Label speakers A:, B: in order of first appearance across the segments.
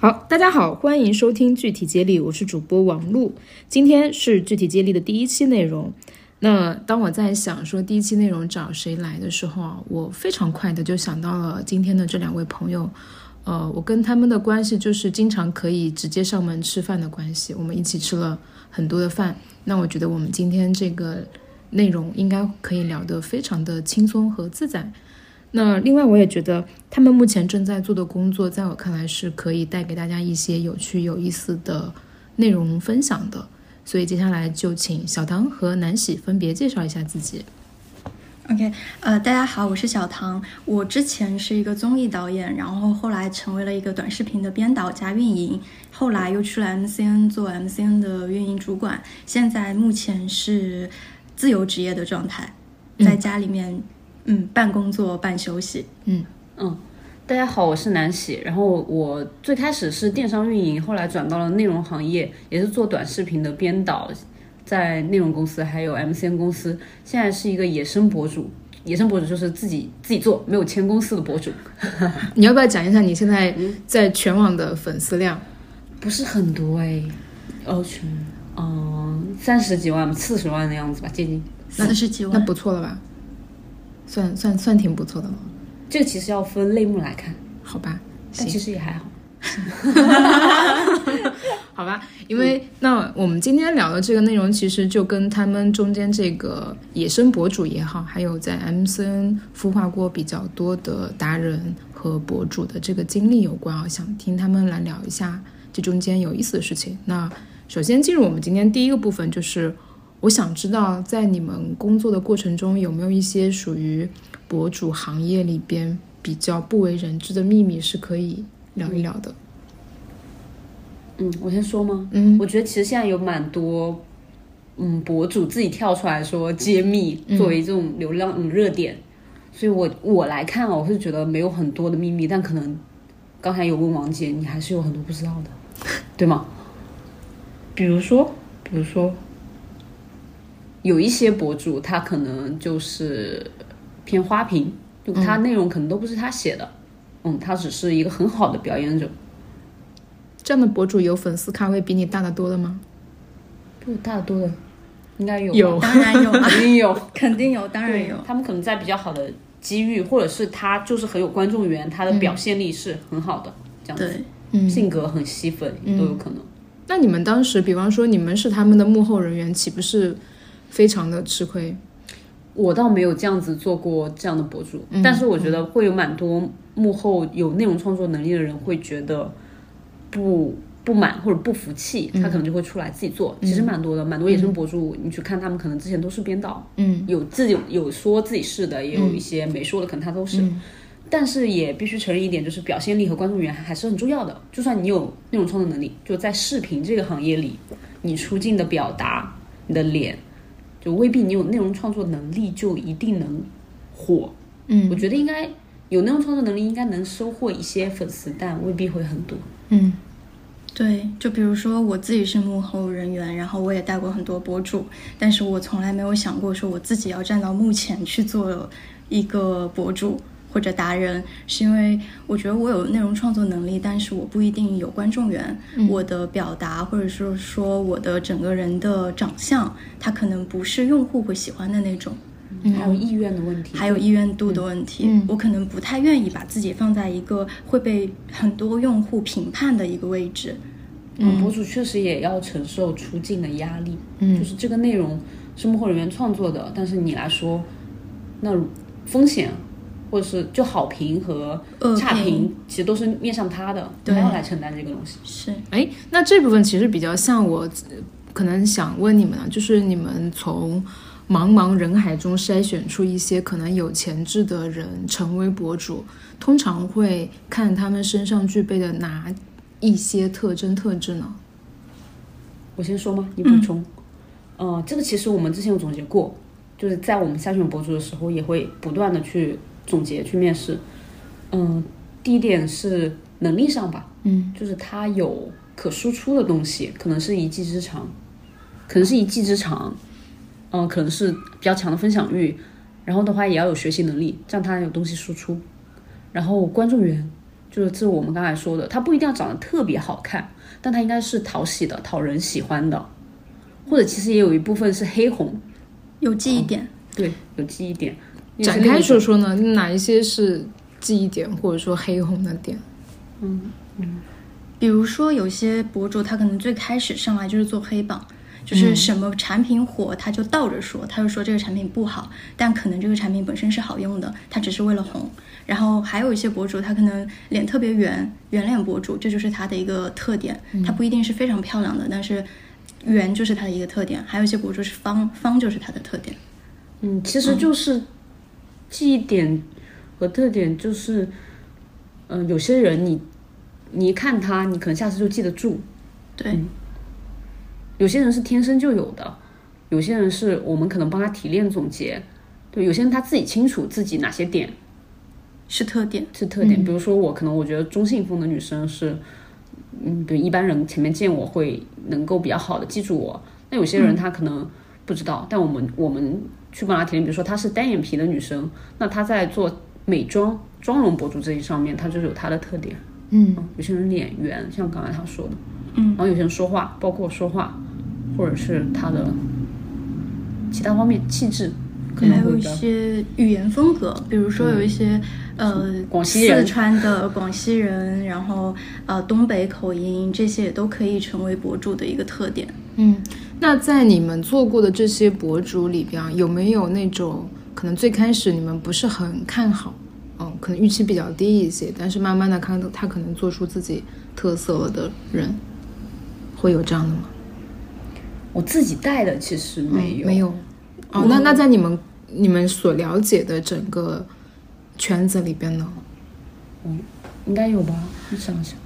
A: 好，大家好，欢迎收听具体接力，我是主播王璐。今天是具体接力的第一期内容。那当我在想说第一期内容找谁来的时候啊，我非常快的就想到了今天的这两位朋友。呃，我跟他们的关系就是经常可以直接上门吃饭的关系，我们一起吃了很多的饭。那我觉得我们今天这个内容应该可以聊得非常的轻松和自在。那另外，我也觉得他们目前正在做的工作，在我看来是可以带给大家一些有趣、有意思的内容分享的。所以接下来就请小唐和南喜分别介绍一下自己。
B: OK，呃，大家好，我是小唐。我之前是一个综艺导演，然后后来成为了一个短视频的编导加运营，后来又去了 MCN 做 MCN 的运营主管，现在目前是自由职业的状态，在家里面，嗯，半工作半休息。
A: 嗯，
C: 嗯，大家好，我是南喜。然后我最开始是电商运营，后来转到了内容行业，也是做短视频的编导，在内容公司还有 MCN 公司，现在是一个野生博主。野生博主就是自己自己做，没有签公司的博主，
A: 你要不要讲一下你现在在全网的粉丝量？
C: 不是很多哎，哦全，嗯，三十几万、四十万的样子吧，接近。
A: 那
B: 四十几
A: 那
B: 万，
A: 不错了吧？算算算挺不错的了，
C: 这个其实要分类目来看，
A: 好吧？
C: 但其
A: 行，
C: 实也还好。
A: 好吧，因为、那我们今天聊的这个内容，其实就跟他们中间这个野生博主也好，还有在 MCN 孵化过比较多的达人和博主的这个经历有关啊，想听他们来聊一下这中间有意思的事情。那首先进入我们今天第一个部分，就是我想知道在你们工作的过程中，有没有一些属于博主行业里边比较不为人知的秘密是可以聊一聊的？
C: 嗯，我先说吗？
A: 嗯，
C: 我觉得其实现在有蛮多，嗯，博主自己跳出来说揭秘，作为这种流量嗯热点，所以我我来看啊，我是觉得没有很多的秘密，但可能刚才有问王姐，你还是有很多不知道的，对吗？比如说，比如说，有一些博主他可能就是偏花瓶，就他内容可能都不是他写的，嗯，他只是一个很好的表演者，
A: 这样的博主有粉丝咖位比你大得多的吗？
C: 比我大得多的应该有吧
A: 有
B: 当然有 啊，
C: 肯定有，
B: 肯定 有，当然有。
C: 他们可能在比较好的机遇，或者是他就是很有观众缘，他的表现力是很好的，这样
B: 嗯
C: 子，
B: 对，嗯
C: 性格很吸粉、都有可能。
A: 那你们当时，比方说你们是他们的幕后人员，岂不是非常的吃亏？
C: 我倒没有这样子做过这样的博主，但是我觉得会有蛮多幕后有内容创作能力的人会觉得不不满或者不服气，他可能就会出来自己做。其实蛮多的，蛮多野生博主，你去看他们，可能之前都是编导，嗯，有自己有说自己是的，也有一些没说的，可能他都是。但是也必须承认一点，就是表现力和观众缘还是很重要的。就算你有内容创作能力，就在视频这个行业里，你出镜的表达，你的脸，就未必你有内容创作能力就一定能火。嗯，我觉得应该有内容创作能力，应该能收获一些粉丝，但未必会很多。
B: 对，就比如说我自己是幕后人员，然后我也带过很多博主，但是我从来没有想过说我自己要站到幕前去做一个博主或者达人，是因为我觉得我有内容创作能力，但是我不一定有观众缘，我的表达或者是说我的整个人的长相，它可能不是用户会喜欢的那种。
C: 还有意愿的问题，
B: 嗯还有意愿度的问题。我可能不太愿意把自己放在一个会被很多用户评判的一个位置。
C: 嗯，博主确实也要承受出镜的压力，嗯，就是这个内容是幕后人员创作的，但是你来说，那风险或者是就好评和
B: 恶
C: 差
B: 评
C: 评，其实都是面向他的，他要来承担这个东西。
B: 是，
A: 哎，那这部分其实比较像我呃可能想问你们啊，就是你们从茫茫人海中筛选出一些可能有潜质的人成为博主，通常会看他们身上具备的哪一些特征特质呢？
C: 我先说吗？你补充。呃，这个其实我们之前有总结过，就是在我们筛选博主的时候，也会不断的去总结、去面试。嗯、第一点是能力上吧，嗯，就是他有可输出的东西，可能是一技之长，可能是一技之长，嗯、可能是比较强的分享欲，然后的话也要有学习能力，这样他有东西输出。然后观众缘，就是这是我们刚才说的，他不一定要长得特别好看，但他应该是讨喜的、讨人喜欢的，或者其实也有一部分是黑红，
B: 有记忆点。
C: 对，有记忆点。也是
A: 展
C: 另一
A: 开
C: 种
A: 说说呢，哪一些是记忆点或者说黑红的点？
B: 比如说有些博主他可能最开始上来就是做黑榜，就是什么产品火他就倒着说，他就说这个产品不好，但可能这个产品本身是好用的，他只是为了红。然后还有一些博主他可能脸特别圆，圆脸博主这就是他的一个特点，他不一定是非常漂亮的，但是圆就是他的一个特点。还有一些博主是方，方就是他的特点。
C: 嗯，其实就是记忆点和特点就是，嗯、有些人你你一看他，你可能下次就记得住；
B: 对，
C: 有些人是天生就有的，有些人是我们可能帮他提炼总结。对，有些人他自己清楚自己哪些点
B: 是特点。
C: 是特点，比如说我可能我觉得中性风的女生是，嗯，比如一般人前面见我会能够比较好的记住我，那有些人他可能不知道，但我们我们去帮他提炼，比如说她是单眼皮的女生，那她在做美妆妆容博主这一上面，她就是有她的特点，嗯，有些人脸圆，像刚才他说的，嗯，然后有些人说话，包括说话，或者是他的其他方面气质，可能
B: 还
C: 会
B: 有
C: 比
B: 一
C: 较嗯
B: 些语言风格，比如说有一些、呃
C: 广西人
B: 四川的广西人，然后呃东北口音，这些也都可以成为博主的一个特点。
A: 嗯，那在你们做过的这些博主里边，有没有那种可能最开始你们不是很看好，嗯，可能预期比较低一些，但是慢慢的看到他可能做出自己特色了的人，会有这样的吗？
C: 我自己带的其实嗯没有，
A: 没有。哦，那那在你们你们所了解的整个圈子里边呢？
C: 应该有吧？你想一想。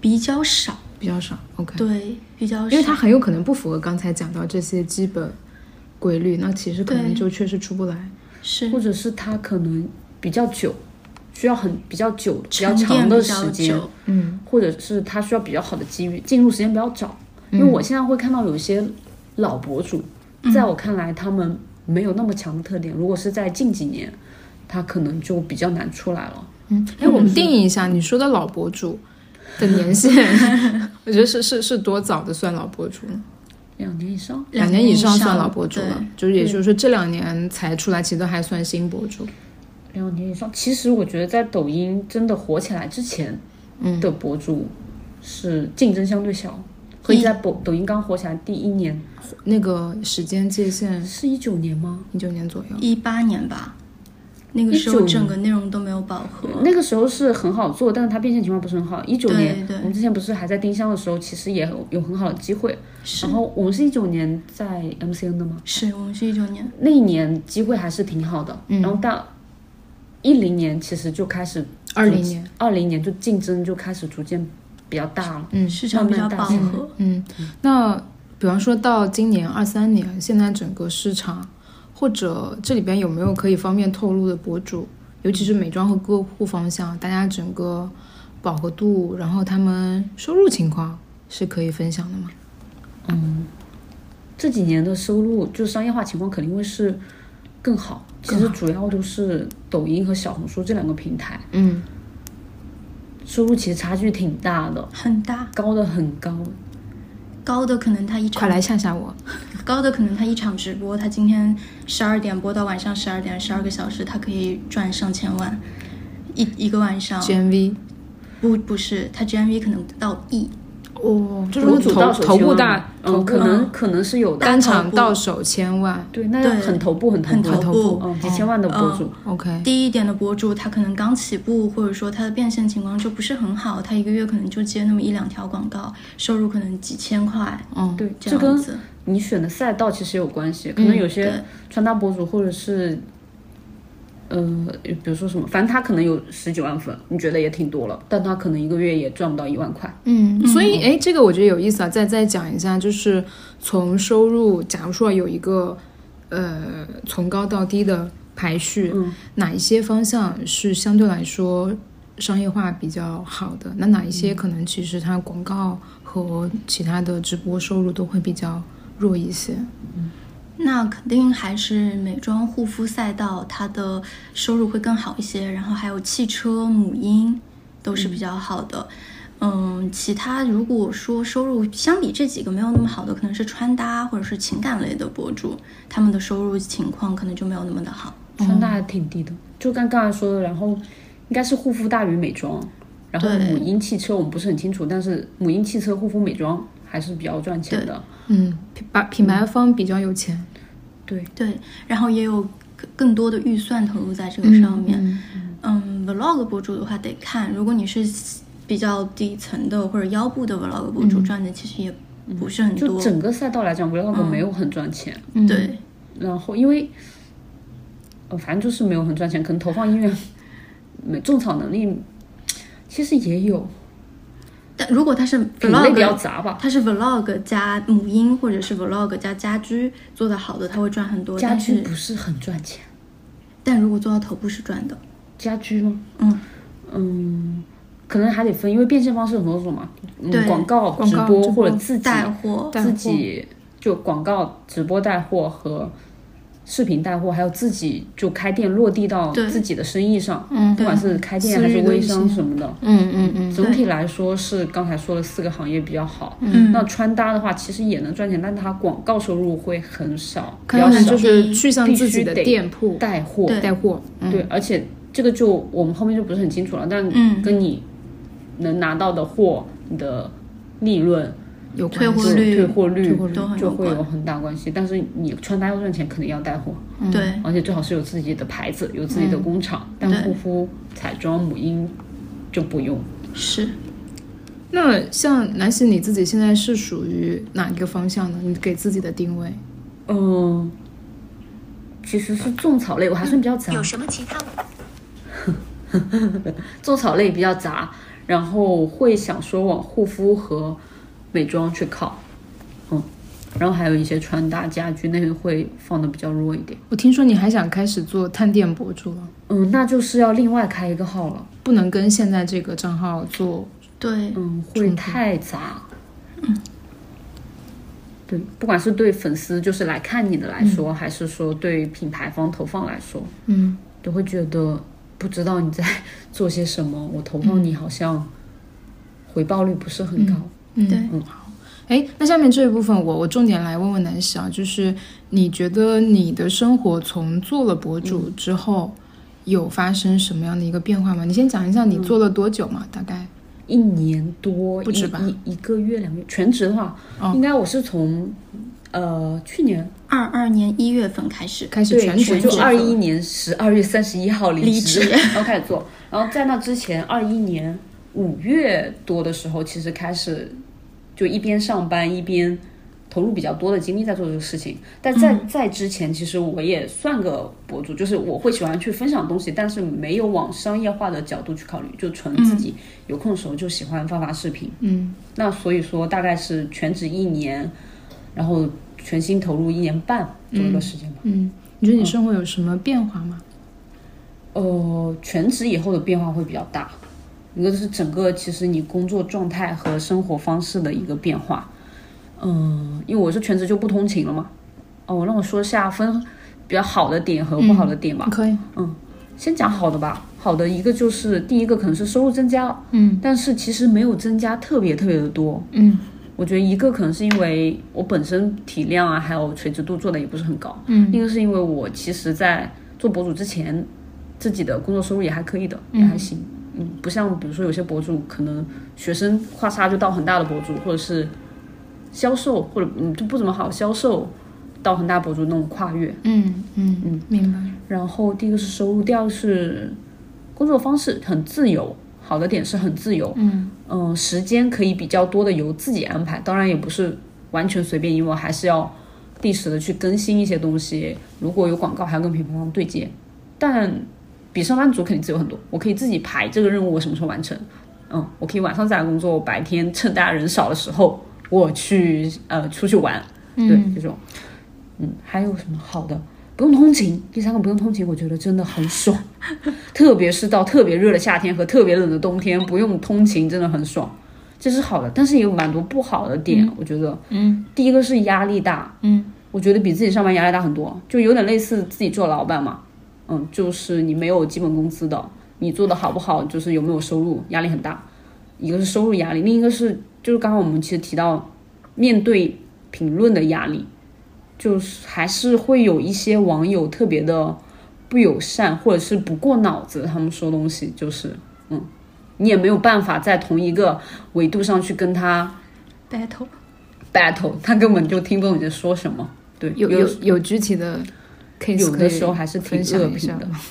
B: 比较少，
A: 比较少，OK。
B: 对，比较少，
A: 因为它很有可能不符合刚才讲到这些基本规律，那其实可能
B: 对
A: 就确实出不来。
B: 是
C: 或者是他可能比较久，需要很比较久、比较
B: 沉淀
C: 长
B: 比
C: 的
B: 较
C: 时间哦
B: 久，
A: 嗯
C: 或者是他需要比较好的机遇，进入时间比较早。因为我现在会看到有一些老博主，在我看来他们没有那么强的特点，如果是在近几年，他可能就比较难出来了。
A: 嗯，哎，我们定义一下，你说的老博主的年 限，我觉得是是是多早的算老博主呢？
C: 两年以上，
A: 两
B: 年
A: 年以上
B: 上
A: 算老博主了
B: 对，
A: 就是也就是说这两年才出来，其实都还算新博主。
C: 两年以上。其实我觉得在抖音真的火起来之前，的博主是竞争相对小，可以在抖抖音刚火起来第一年，
A: 那个时间界限
C: 是一九年吗？
A: 一九年左右，
B: 一八年吧，那个时候
C: 19
B: 整个内容都没有饱和，
C: 那个时候是很好做，但是它变现情况不是很好。一九
B: 对
C: 年
B: 对
C: 我们之前不是还在丁香的时候，其实也有有很好的机会。
B: 是
C: 然后我们是一九年在 MCN 的嘛，
B: 是我们是一九年，
C: 那一年机会还是挺好的。
B: 嗯
C: 然后到一零年其实就开始，
A: 二零年。
C: 二零年就竞争就开始逐渐比较大了。
A: 嗯
B: 市场比较
C: 慢慢
B: 饱
C: 大
B: 和，
A: 嗯，那比方说到今年二三年，现在整个市场或者这里边有没有可以方便透露的博主，尤其是美妆和个护方向，大家整个饱和度，然后他们收入情况是可以分享的吗？
C: 这几年的收入就商业化情况肯定会是更好。其实主要都是抖音和小红书这两个平台，
A: 嗯，
C: 收入其实差距挺大的，
B: 很大，
C: 高的很高。
B: 高的可能他一
A: 嗯
B: 场
A: 快来吓吓我！
B: 高的可能他一场直播，他今天十二点播到晚上十二点，十二个小时，他可以赚上千万，一一个晚上。
A: GMV
B: 不不是，他 GMV 可能到亿，
A: 哦，这
C: 博
A: 种
C: 主
A: 头
C: 到手
A: 头
C: 千
A: 部
C: 万
A: 大，头
C: 嗯，
A: 部
C: 可能可能是有的，
A: 单场
B: 部
A: 到手千万
C: 对，那
B: 对
C: 很头部，很头
B: 很
C: 部，
B: 头
A: 部哦
C: 嗯，几千万的博主，
A: ，OK，
B: 低一点的博主，他可能刚起步，或者说他的变现情况就不是很好，他一个月可能就接那么一两条广告，收入可能几千块
A: 嗯，
C: 对，
B: 这
C: 这嗯
B: 样
C: 跟
B: 子。
C: 你选的赛道其实有关系，可能有些
B: 对
C: 穿搭博主或者是。呃，比如说什么，反正他可能有十几万粉，你觉得也挺多了，但他可能一个月也赚不到一万块。
A: 嗯，所以哎，这个我觉得有意思啊，再再讲一下，就是从收入，假如说有一个呃从高到低的排序，哪一些方向是相对来说商业化比较好的？那哪一些可能其实它广告和其他的直播收入都会比较弱一些。
B: 那肯定还是美妆护肤赛道，它的收入会更好一些。然后还有汽车、母婴都是比较好的。嗯，其他如果说收入相比这几个没有那么好的，可能是穿搭或者是情感类的博主，他们的收入情况可能就没有那么的好。
C: 穿搭还挺低的，就刚刚才说的，然后应该是护肤大于美妆，然后
B: 对
C: 母婴汽车我们不是很清楚，但是母婴汽车护肤美妆还是比较赚钱的。
A: 嗯，品牌品牌方比较有钱，
B: 对，然后也有更更多的预算投入在这个上面。
A: 嗯
B: 嗯 v l o g 博主的话得看，如果你是比较底层的或者腰部的 Vlog 博主，赚的其实也不是很
C: 就
B: 多。
C: 整个赛道来讲，vlog 没有很赚钱，
A: 嗯，
B: 对，
C: 然后因为，呃，反正就是没有很赚钱，可能投放意愿、没种草能力，其实也有，
B: 但如果他是
C: 品类比较
B: Vlog，
C: 杂吧。
B: 他是 Vlog 加母婴或者是 Vlog 加家居做的好的，他会赚很多。
C: 家居
B: 但是
C: 不是很赚钱，
B: 但如果做到头部是赚的。
C: 家居吗？
B: 嗯
C: 嗯可能还得分，因为变现方式有很多种嘛，嗯
B: 对，
C: 广告、
A: 广告
C: 播
A: 直
C: 或者
A: 播
C: 自己
B: 带货，
A: 带
C: 自
A: 货
C: 己就广告、直播带货和视频带货，还有自己就开店落地到
B: 对
C: 自己的生意上，
A: 嗯
C: 不管是开店
A: 私
C: 还是
A: 域的
C: 微
A: 一些
C: 商什么的。
A: 嗯嗯嗯，
C: 总体来说是刚才说的四个行业比较好。
B: 嗯
C: 那穿搭的话，其实也能赚钱，但它广告收入会很少，比
A: 可
C: 较
A: 能
C: 少
A: 就。是
B: 必
A: 去向
C: 必
A: 自己
C: 须
A: 的
C: 得
A: 店铺
C: 带货，
B: 对
A: 带货，嗯
C: 对，而且这个就我们后面就不是很清楚了，但
B: 嗯
C: 跟你能拿到的货、你的利润、
A: 有
B: 退
A: 关
B: 货
A: 系
C: 就
B: 率
C: 退货率
A: 退货率
B: 都很
C: 就
B: 有
C: 会
B: 关。
C: 有很大关系。但是你穿搭要赚钱，肯定要带货，
B: 对，嗯
C: 而且最好是有自己的牌子、有自己的工厂。但
B: 对
C: 护肤、彩妆、母婴就不用。
B: 是。
A: 那像南希，你自己现在是属于哪一个方向呢？你给自己的定位？
C: 嗯，其实是种草类，我还算比较杂。
D: 有什么其他
C: 种草类比较杂，然后会想说往护肤和美妆去靠，嗯，然后还有一些穿搭、家居那些会放的比较弱一点。
A: 我听说你还想开始做探店博主了，
C: 嗯，那就是要另外开一个号了。
A: 哦不能跟现在这个账号做。
B: 对，
C: 嗯，会太杂。嗯，对，不管是对粉丝就是来看你的来说，还是说对品牌方投放来说，
A: 嗯，
C: 都会觉得不知道你在 做些什么，我投放你好像回报率不是很高。
A: 嗯
B: 对
A: 嗯，好。哎，那下面这一部分我我重点来问问南希啊，就是你觉得你的生活从做了博主之后，有发生什么样的一个变化吗？你先讲一下你做了多久嘛，大概。
C: 一年多，
A: 不止吧
C: 一一一个月两个月，全职的话，
A: 哦
C: 应该我是从呃去年
B: 二二年一月份开始，
A: 开始
C: 对
A: 全
C: 我
A: 职
C: 就
A: 做
C: 二一年十二月三十一号离
B: 离职
C: 然后开始做，然后在那之前二一年五月多的时候，其实开始就一边上班一边投入比较多的精力在做这个事情，但在、在之前，其实我也算个博主，就是我会喜欢去分享东西，但是没有往商业化的角度去考虑，就纯自己有空的时候就喜欢发发视频。
A: 嗯，
C: 那所以说大概是全职一年，然后全心投入一年半左右的时间吧。
A: 嗯，你觉得你生活有什么变化吗？
C: 呃，全职以后的变化会比较大，一个是整个其实你工作状态和生活方式的一个变化。嗯、因为我是全职就不通勤了嘛。哦，让我说下分比较好的点和不好的点吧。
A: 可以，
C: 先讲好的吧，好的一个就是第一个可能是收入增加了，
A: 嗯，
C: 但是其实没有增加特别特别的多，
A: 嗯，
C: 我觉得一个可能是因为我本身体量啊，还有垂直度做的也不是很高，
A: 嗯，
C: 另一个是因为我其实，在做博主之前，自己的工作收入也还可以的，也还行，嗯，不像比如说有些博主可能学生跨差就到很大的博主，或者是销售或者嗯就不怎么好销售到很大博主那种跨越，
A: 嗯嗯嗯，明白。
C: 然后第一个是收入，第二个是工作方式很自由。好的点是很自由，嗯嗯、时间可以比较多的由自己安排，当然也不是完全随便，因为我还是要定时的去更新一些东西。如果有广告，还要跟品牌方对接，但比上班族肯定自由很多。我可以自己排这个任务，我什么时候完成？嗯，我可以晚上在家工作，白天趁大家人少的时候，我去呃出去玩，对这种。嗯，还有什么好的？不用通勤，第三个不用通勤，我觉得真的很 爽，特别是到特别热的夏天和特别冷的冬天，不用通勤真的很爽。这是好的，但是也有蛮多不好的点，我觉得，嗯，第一个是压力大，嗯，我觉得比自己上班压力大很多，就有点类似自己做老板嘛，嗯，就是你没有基本工资的，你做的好不好，就是有没有收入，压力很大。一个是收入压力，另一个是就是刚刚我们其实提到面对评论的压力，就是还是会有一些网友特别的不友善，或者是不过脑子，他们说东西就是，嗯，你也没有办法在同一个维度上去跟他
B: battle
C: battle，他根本就听不懂你在说什么。对，
A: 有
C: 有
A: 有有具体的 case
C: 有
A: 可以
C: 的时候还是挺
A: 分享
C: 恶
A: 一
C: 评
A: 下
C: 的。
A: 吗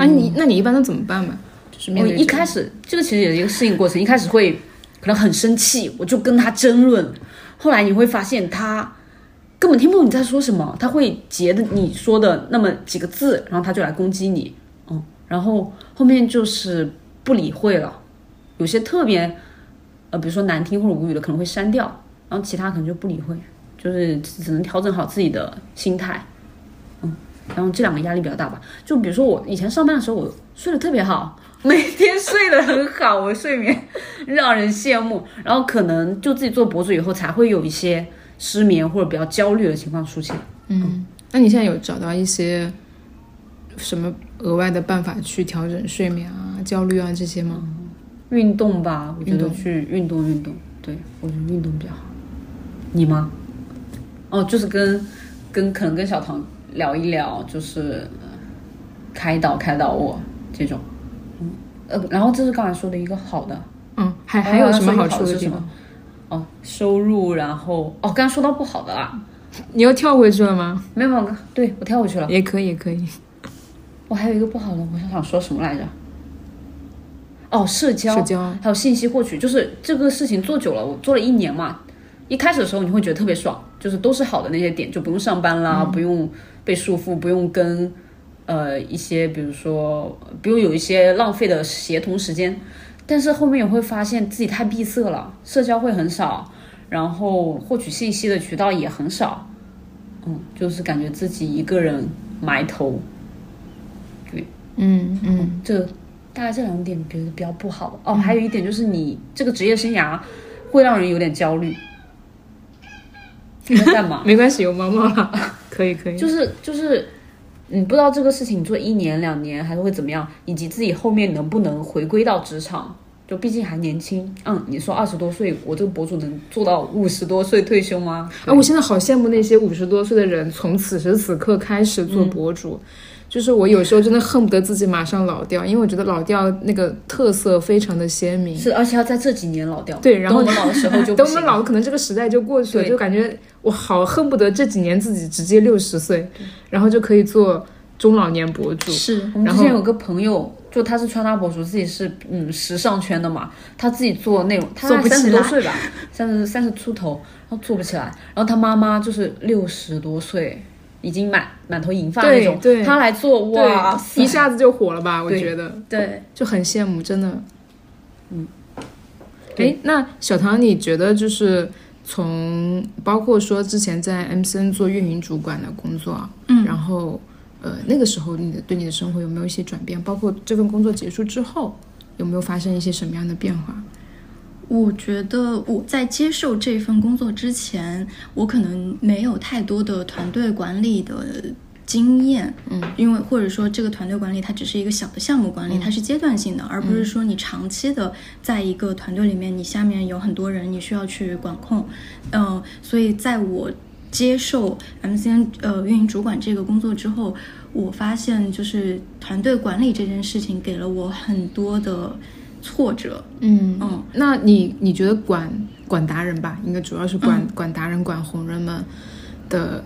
A: 啊，你那你一般都怎么办嘛？就是面
C: 我
A: 对
C: 哦一
A: 这个
C: 开始这个其实也是一个适应过程，一开始会可能很生气，我就跟他争论，后来你会发现他根本听不懂你在说什么，他会截的你说的那么几个字，然后他就来攻击你，嗯，然后后面就是不理会了，有些特别呃，比如说难听或者无语的可能会删掉，然后其他可能就不理会，就是只能调整好自己的心态。嗯，然后这两个压力比较大吧。就比如说我以前上班的时候，我睡得特别好，每天睡得很好，我睡眠让人羡慕。然后可能就自己做博主以后，才会有一些失眠或者比较焦虑的情况出现。
A: 那你现在有找到一些什么额外的办法去调整睡眠啊、焦虑啊这些吗？
C: 运动吧，我觉
A: 运
C: 得
A: 动
C: 去运动运动，对我觉得运动比较好。你吗？哦，就是跟跟可能跟小唐聊一聊，就是呃开导开导我这种。嗯，呃，然后这是刚才说的一个好的，
A: 嗯，还
C: 哦
A: 还有什么
C: 那
A: 好
C: 所以好
A: 处的
C: 是
A: 地
C: 什么
A: 方？
C: 哦，收入，然后哦，刚刚说到不好的啦，
A: 你又跳回去了吗？
C: 没有没有，对我跳过去了。
A: 也可以，也可以。
C: 我还有一个不好的，我想想说什么来着？哦，社交，
A: 社交
C: 还有信息获取，就是这个事情做久了，我做了一年嘛。一开始的时候你会觉得特别爽，就是都是好的那些点，就不用上班啦，不用被束缚，不用跟呃一些比如说不用有一些浪费的协同时间。但是后面也会发现自己太闭塞了，社交会很少，然后获取信息的渠道也很少，嗯，就是感觉自己一个人埋头
A: 嗯嗯，
C: 这大概这两点觉得比较不好哦。还有一点就是你这个职业生涯会让人有点
A: ？
C: 焦虑。你在干嘛
A: 没关系，有猫猫了， 可以可以。
C: 就是就是，你不知道这个事情做一年两年还是会怎么样，以及自己后面能不能回归到职场。就毕竟还年轻，嗯，你说二十多岁，我这个博主能做到五十多岁退休吗？
A: 啊，我现在好羡慕那些五十多岁的人，从此时此刻开始做博主。就是我有时候真的恨不得自己马上老掉，因为我觉得老掉那个特色非常的鲜明。
C: 是，而且要在这几年老掉。
A: 对然后
C: 等我们老的时候就不
A: 等我
C: 行
A: 们老，可能这个时代就过去了，
C: 对
A: 就感觉我好恨不得这几年自己直接六十岁，然后就可以做中老年博主。
B: 是
C: 我们
A: 然
C: 之
A: 后
C: 前有个朋友，就他是穿搭博主，自己是嗯时尚圈的嘛，他自己做内容，他
A: 做不
C: 三
A: 起
C: 十多
A: 来
C: 岁吧，三十三十出头，然后做不起来，然后他妈妈就是六十多岁，已经满满头银发那
A: 对
C: 种，
A: 对
C: 他来做哇
A: 对，一下子就火了吧？我
C: 对
A: 觉得
B: 对，
A: 就很羡慕，真的。
C: 嗯对
A: 哎，那小唐，你觉得就是从包括说之前在 MCN 做运营主管的工作啊，
B: 嗯
A: 然后呃那个时候你的对你的生活有没有一些转变？包括这份工作结束之后，有没有发生一些什么样的变化？
B: 我觉得我在接受这份工作之前，我可能没有太多的团队管理的经验，嗯，因为或者说这个团队管理它只是一个小的项目管理，它是阶段性的，而不是说你长期的在一个团队里面，你下面有很多人，你需要去管控，嗯、所以在我接受 MCN 呃运营主管这个工作之后，我发现就是团队管理这件事情给了我很多的挫折，
A: 嗯
B: 嗯，
A: 那你你觉得管管达人吧，应该主要是管、管达人、管红人们的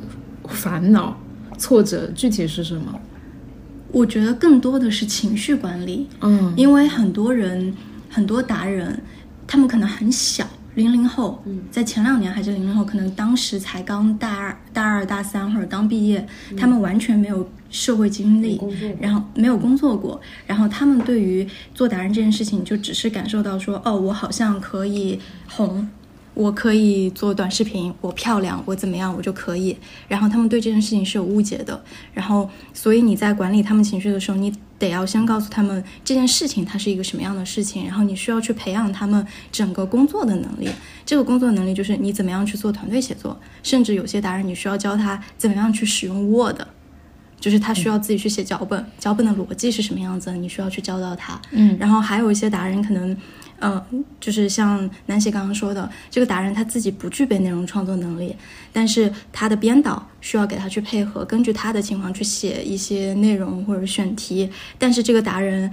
A: 烦恼、挫折具体是什么？
B: 我觉得更多的是情绪管理，
A: 嗯
B: 因为很多人，很多达人，他们可能很小，零零后，在前两年还是零零后，可能当时才刚大二、大二、大三或者刚毕业，他们完全没有社会经历，然后嗯没有工作过，然后他们对于做达人这件事情，就只是感受到说，哦，我好像可以红。我可以做短视频，我漂亮，我怎么样，我就可以。然后他们对这件事情是有误解的。然后，所以你在管理他们情绪的时候，你得要先告诉他们这件事情它是一个什么样的事情，然后你需要去培养他们整个工作的能力。这个工作能力就是你怎么样去做团队协作，甚至有些达人你需要教他怎么样去使用 Word。就是他需要自己去写脚本，脚本的逻辑是什么样子，你需要去教到他。嗯，然后还有一些达人可能，呃，就是像南希刚刚说的，这个达人他自己不具备内容创作能力，但是他的编导需要给他去配合，根据他的情况去写一些内容或者选题。但是这个达人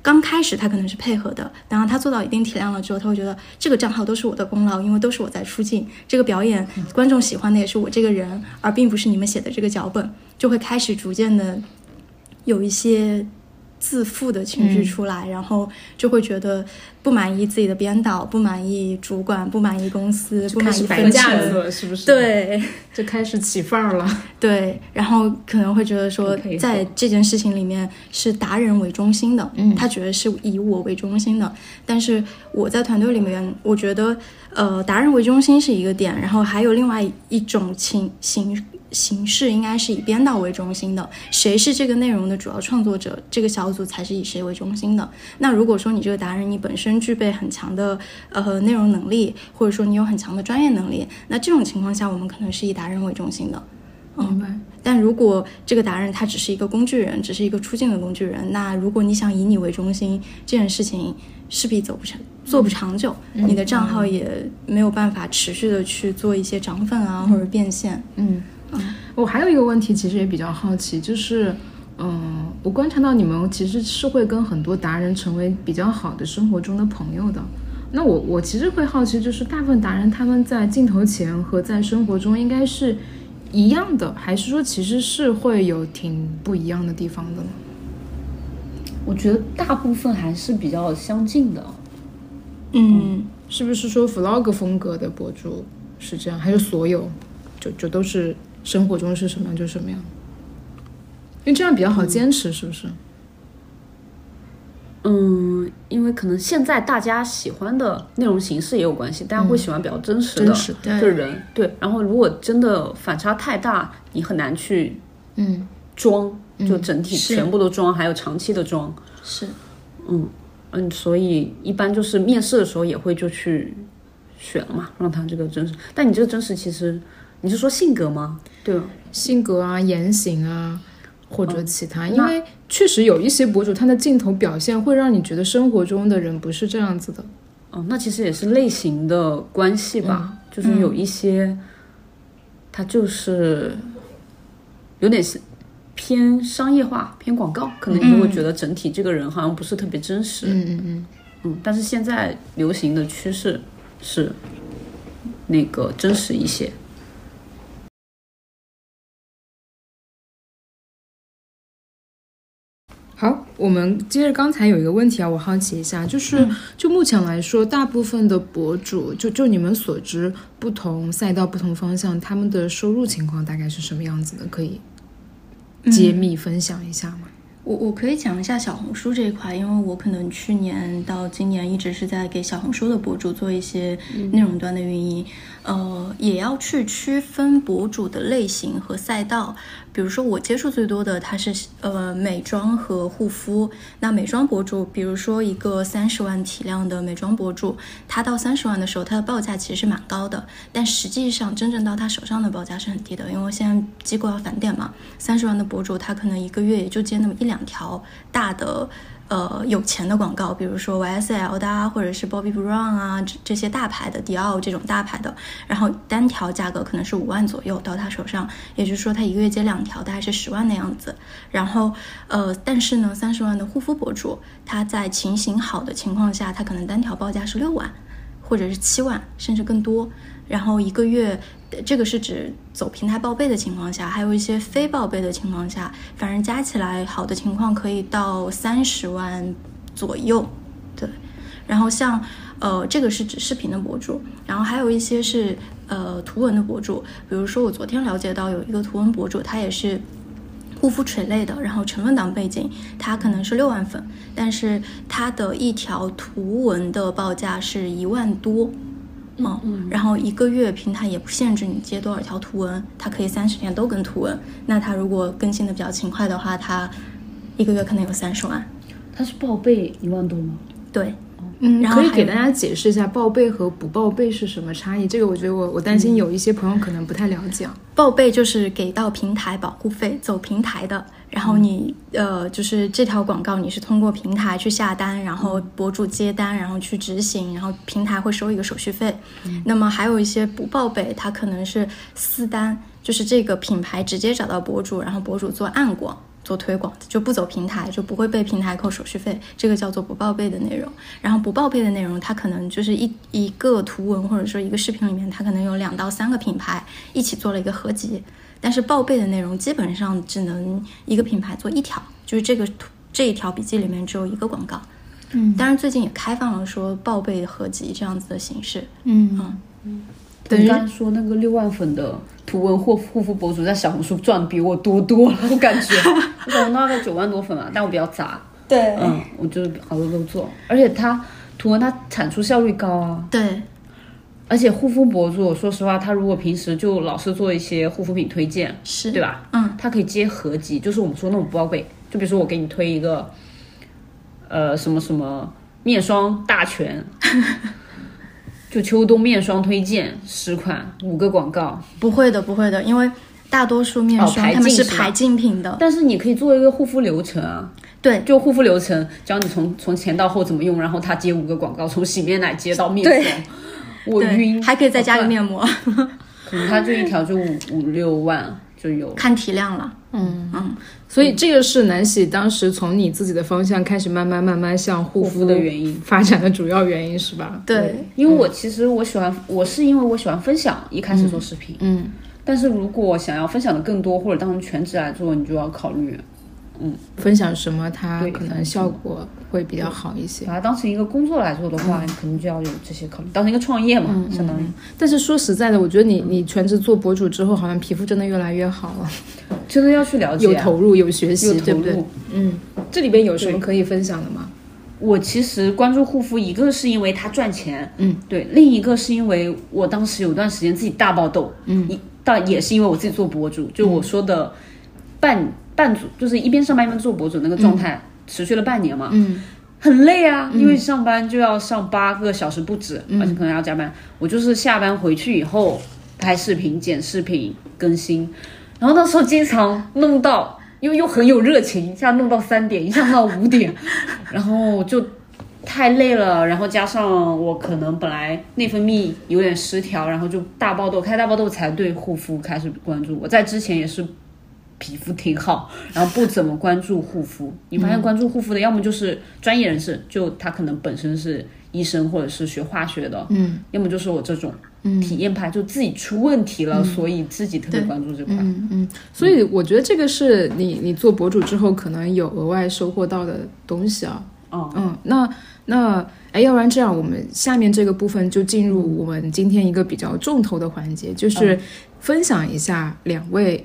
B: 刚开始他可能是配合的，然后他做到一定体量了之后，他会觉得这个账号都是我的功劳，因为都是我在出镜，这个表演
A: 嗯
B: 观众喜欢的也是我这个人，而并不是你们写的这个脚本，就会开始逐渐的有一些自负的情绪出来，然后就会觉得不满意自己的编导，不满意主管，不满意公司，不
A: 开
B: 满
A: 始
B: 意
A: 摆
B: 分
A: 架子
B: 成。
A: 了，是不是？，
B: 对
A: 就开始起范儿了。
B: 对，然后可能会觉得说
C: 不配，合
B: 在这件事情里面是达人为中心的，
A: 嗯
B: 他觉得是以我为中心的。但是我在团队里面，我觉得呃，达人为中心是一个点，然后还有另外一种情形形式，应该是以编导为中心的。谁是这个内容的主要创作者，这个小组才是以谁为中心的。那如果说你这个达人，你本身具备很强的呃内容能力，或者说你有很强的专业能力，那这种情况下，我们可能是以达人为中心的。
A: 明白。
B: 但如果这个达人他只是一个工具人，只是一个出镜的工具人，那如果你想以你为中心，这件事情势必走不长，做不长久，你的账号也没有办法持续的去做一些涨粉啊、或者变现。
A: 嗯，我还有一个问题，其实也比较好奇，就是，嗯，我观察到你们其实是会跟很多达人成为比较好的生活中的朋友的。那我我其实会好奇，就是大部分达人他们在镜头前和在生活中应该是一样的，还是说其实是会有挺不一样的地方的呢？
C: 我觉得大部分还是比较相近的。
B: 嗯，
A: 是不是说 vlog 风格的博主是这样，还是所有就就都是生活中是什么样就什么样？因为这样比较好坚持，是不是？
C: 嗯，因为可能现在大家喜欢的内容形式也有关系，大家会喜欢比较嗯真实的
A: 真实
B: 对
C: 个人。嗯对，然后如果真的反差太大，你很难去
A: 嗯，
C: 装，就整体
B: 是
C: 全部都装，还有长期的装。
B: 是
C: 嗯，所以一般就是面试的时候也会就去选嘛，让他这个真实。但你这个真实其实，你是说性格吗？对吧，
A: 性格啊、言行啊，或者其他，
B: 嗯
A: 因为确实有一些博主他的镜头表现会让你觉得生活中的人不是这样子的。
C: 哦，那其实也是类型的关系吧，就是有一些，它就是有点是偏商业化、偏广告，可能你就会觉得整体这个人好像不是特别真实。
A: 嗯嗯嗯，
C: 嗯，但是现在流行的趋势是那个真实一些。
A: 好，我们接着刚才有一个问题啊，我好奇一下，就是、
B: 嗯
A: 就目前来说，大部分的博主，就就你们所知，不同赛道、不同方向，他们的收入情况大概是什么样子的？可以揭秘分享一下吗？
B: 我我可以讲一下小红书这一块，因为我可能去年到今年一直是在给小红书的博主做一些内容端的运营，呃，也要去区分博主的类型和赛道。比如说我接触最多的，它是呃美妆和护肤。那美妆博主，比如说一个三十万体量的美妆博主，他到三十万的时候，他的报价其实是蛮高的，但实际上真正到他手上的报价是很低的，因为现在机构要返点嘛，三十万的博主他可能一个月也就接那么一两条大的。呃，有钱的广告，比如说 YSL 的啊，或者是 Bobbi Brown 啊，这这些大牌的迪奥这种大牌的，然后单条价格可能是五万左右到他手上，也就是说他一个月接两条，大概是十万的样子。然后呃，但是呢，三十万的护肤博主，他在情形好的情况下，他可能单条报价是六万，或者是七万，甚至更多。然后一个月，呃这个是指走平台报备的情况下，还有一些非报备的情况下，反正加起来好的情况可以到三十万左右，对。然后像呃，这个是指视频的博主，然后还有一些是呃图文的博主，比如说我昨天了解到有一个图文博主，他也是护肤垂类的，然后沉沦党背景，它可能是六万粉，但是它的一条图文的报价是一万多，嗯，然后一个月平台也不限制你接多少条图文，它可以三十天都跟图文。那它如果更新的比较勤快的话，它一个月可能有三十万。
C: 它是报备一万多吗？
B: 对，
A: 嗯，
B: 然后
A: 可以
B: 还
A: 给
B: 有
A: 大家解释一下报备和不报备是什么差异？这个我觉得我我
B: 嗯
A: 担心有一些朋友可能不太了解啊。
B: 报备就是给到平台保护费，走平台的。然后你、呃，就是这条广告你是通过平台去下单，然后博主接单，然后去执行，然后平台会收一个手续费。那么还有一些不报备，它可能是私单，就是这个品牌直接找到博主，然后博主做暗广。做推广就不走平台，就不会被平台扣手续费，这个叫做不报备的内容。然后不报备的内容，它可能就是一一个图文或者说一个视频里面，它可能有两到三个品牌一起做了一个合集。但是报备的内容基本上只能一个品牌做一条，就是这个图这一条笔记里面只有一个广告。
A: 嗯
B: 当然最近也开放了说报备合集这样子的形式。
A: 嗯，等于
C: 你刚才说那个六万粉的图文或护肤博主在小红书赚比我多多了，我感觉我小红书大概九万多粉嘛，但我比较杂，
B: 对
C: 嗯，我就是好多都做，而且它图文它产出效率高啊，
B: 对
C: 而且护肤博主，说实话，他如果平时就老是做一些护肤品推荐，
B: 是
C: 对吧？
B: 嗯，
C: 他可以接合集，就是我们说那种不报备，就比如说我给你推一个，呃，什么什么面霜 大全，就秋冬面霜推荐十款，五个广告，
B: 不会的不会的，因为大多数面
C: 哦
B: 霜、
C: 排
B: 他们
C: 进
B: 是
C: 是吧
B: 排竞品的。
C: 但是你可以做一个护肤流程啊，
B: 对，
C: 就护肤流程教你从从前到后怎么用，然后他接五个广告，从洗面奶接到面
B: 对
C: 霜，我
B: 对
C: 晕，
B: 还可以再加
C: 好
B: 个
C: 快
B: 面膜，
C: 可能他就一条就五五六万就有。
B: 看体量了。嗯
A: 所以这个是南喜当时从你自己的方向开始慢慢慢慢向护
C: 护肤的原因
A: 发展的主要原因是
C: 嗯
A: 吧？
B: 对，
C: 因为我其实我喜欢，我是因为我喜欢分享，一开始做视频，
A: 嗯嗯
C: 但是如果想要分享的更多，或者当成全职来做，你就要考虑
A: 分享什么它
C: 对
A: 可能效果会比较好一些。
C: 把它当成一个工作来做的话，
A: 嗯
C: 你肯定就要有这些考虑，当成一个创业嘛，相当于。
A: 但是说实在的，我觉得你你全职做博主之后，好像皮肤真的越来越好了，
C: 真的要去了解
A: 嗯有
C: 啊，
A: 投入，有学
C: 有
A: 习，对
C: 投
A: 不对？
C: 入。
A: 嗯，这里边有什么可以分享的吗？
C: 我其实关注护肤，一个是因为它赚钱，嗯，对；另一个是因为我当时有段时间自己大爆痘，嗯，一但也是因为我自己做博主，就我说的半、半主，就是一边上班一边做博主那个状态，持续了半年嘛，嗯，很累啊，因为上班就要上八个小时不止，而且可能还要加班。我就是下班回去以后拍视频、剪视频、更新，然后那时候经常弄到，因为又很有热情，一下弄到三点，一下弄到五点，然后就太累了，然后加上我可能本来内分泌有点失调，然后就大爆痘，开大爆痘才对护肤开始关注。我在之前也是皮肤挺好，然后不怎么关注护肤。你发现关注护肤的，要么就是专业人士，就他可能本身是医生或者是学化学的，嗯，要么就是我这种。体验派就自己出问题了，所以自己特别关注这块。
A: 所以我觉得这个是你你做博主之后可能有额外收获到的东西啊。
C: 哦，
A: 嗯，那那哎，要不然这样，我们下面这个部分就进入我们今天一个比较重头的环节，就是分享一下两位。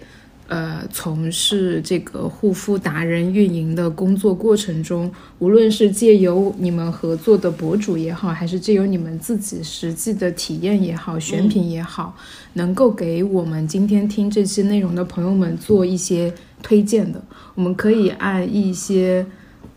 A: 呃，从事这个护肤达人运营的工作过程中，无论是借由你们合作的博主也好，还是借由你们自己实际的体验也好、选品也好，能够给我们今天听这期内容的朋友们做一些推荐的，我们可以按一些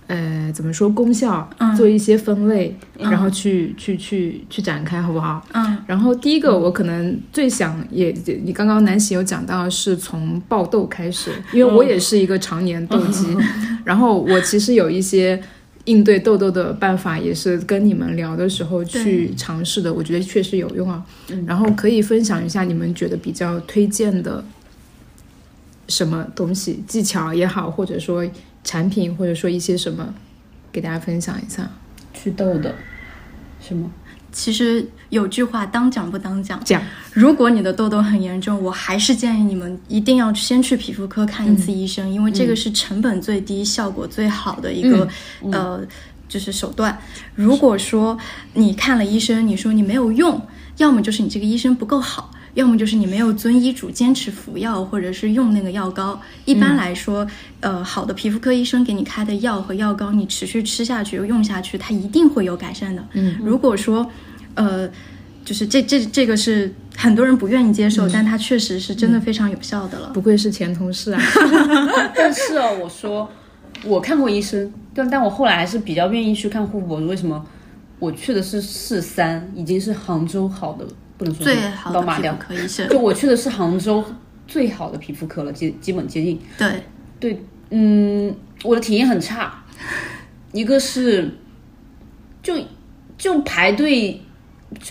A: 呃，怎么说功效，做一些分类，然后去去去去展开，好不好？
B: 嗯，
A: 然后第一个我可能最想也，也你刚刚南喜有讲到是从爆痘开始，因为我也是一个常年痘肌， 然后我其实有一些。应对痘痘的办法也是跟你们聊的时候去尝试的，我觉得确实有用啊。然后可以分享一下你们觉得比较推荐的什么东西技巧也好，或者说产品，或者说一些什么，给大家分享一下。
C: 祛痘的，是吗？
B: 其实有句话当讲不当讲，
A: 讲
B: 如果你的痘痘很严重，我还是建议你们一定要先去皮肤科看一次医生，因为这个是成本最低、效果最好的一个、呃，就是手段。如果说你看了医生，你说你没有用，要么就是你这个医生不够好。要么就是你没有遵医嘱坚持服药，或者是用那个药膏。一般来说，呃，好的皮肤科医生给你开的药和药膏，你持续吃下去、用下去，它一定会有改善的。嗯，如果说，呃，就是这这这个是很多人不愿意接受，但它确实是真的非常有效的了。
A: 不愧是前同事啊，
C: 但是哦，我说我看过医生，但但我后来还是比较愿意去看护肤博主。为什么？我去的是四三，已经是杭州好的不能说
B: 最好
C: 到
B: 的
C: 马
B: 皮肤
C: 嗯掉，
B: 科医 生，
C: 就我去的是杭州最好的皮肤科了，基基本接近。
B: 对，
C: 对，嗯，我的体验很差，一个是就就排队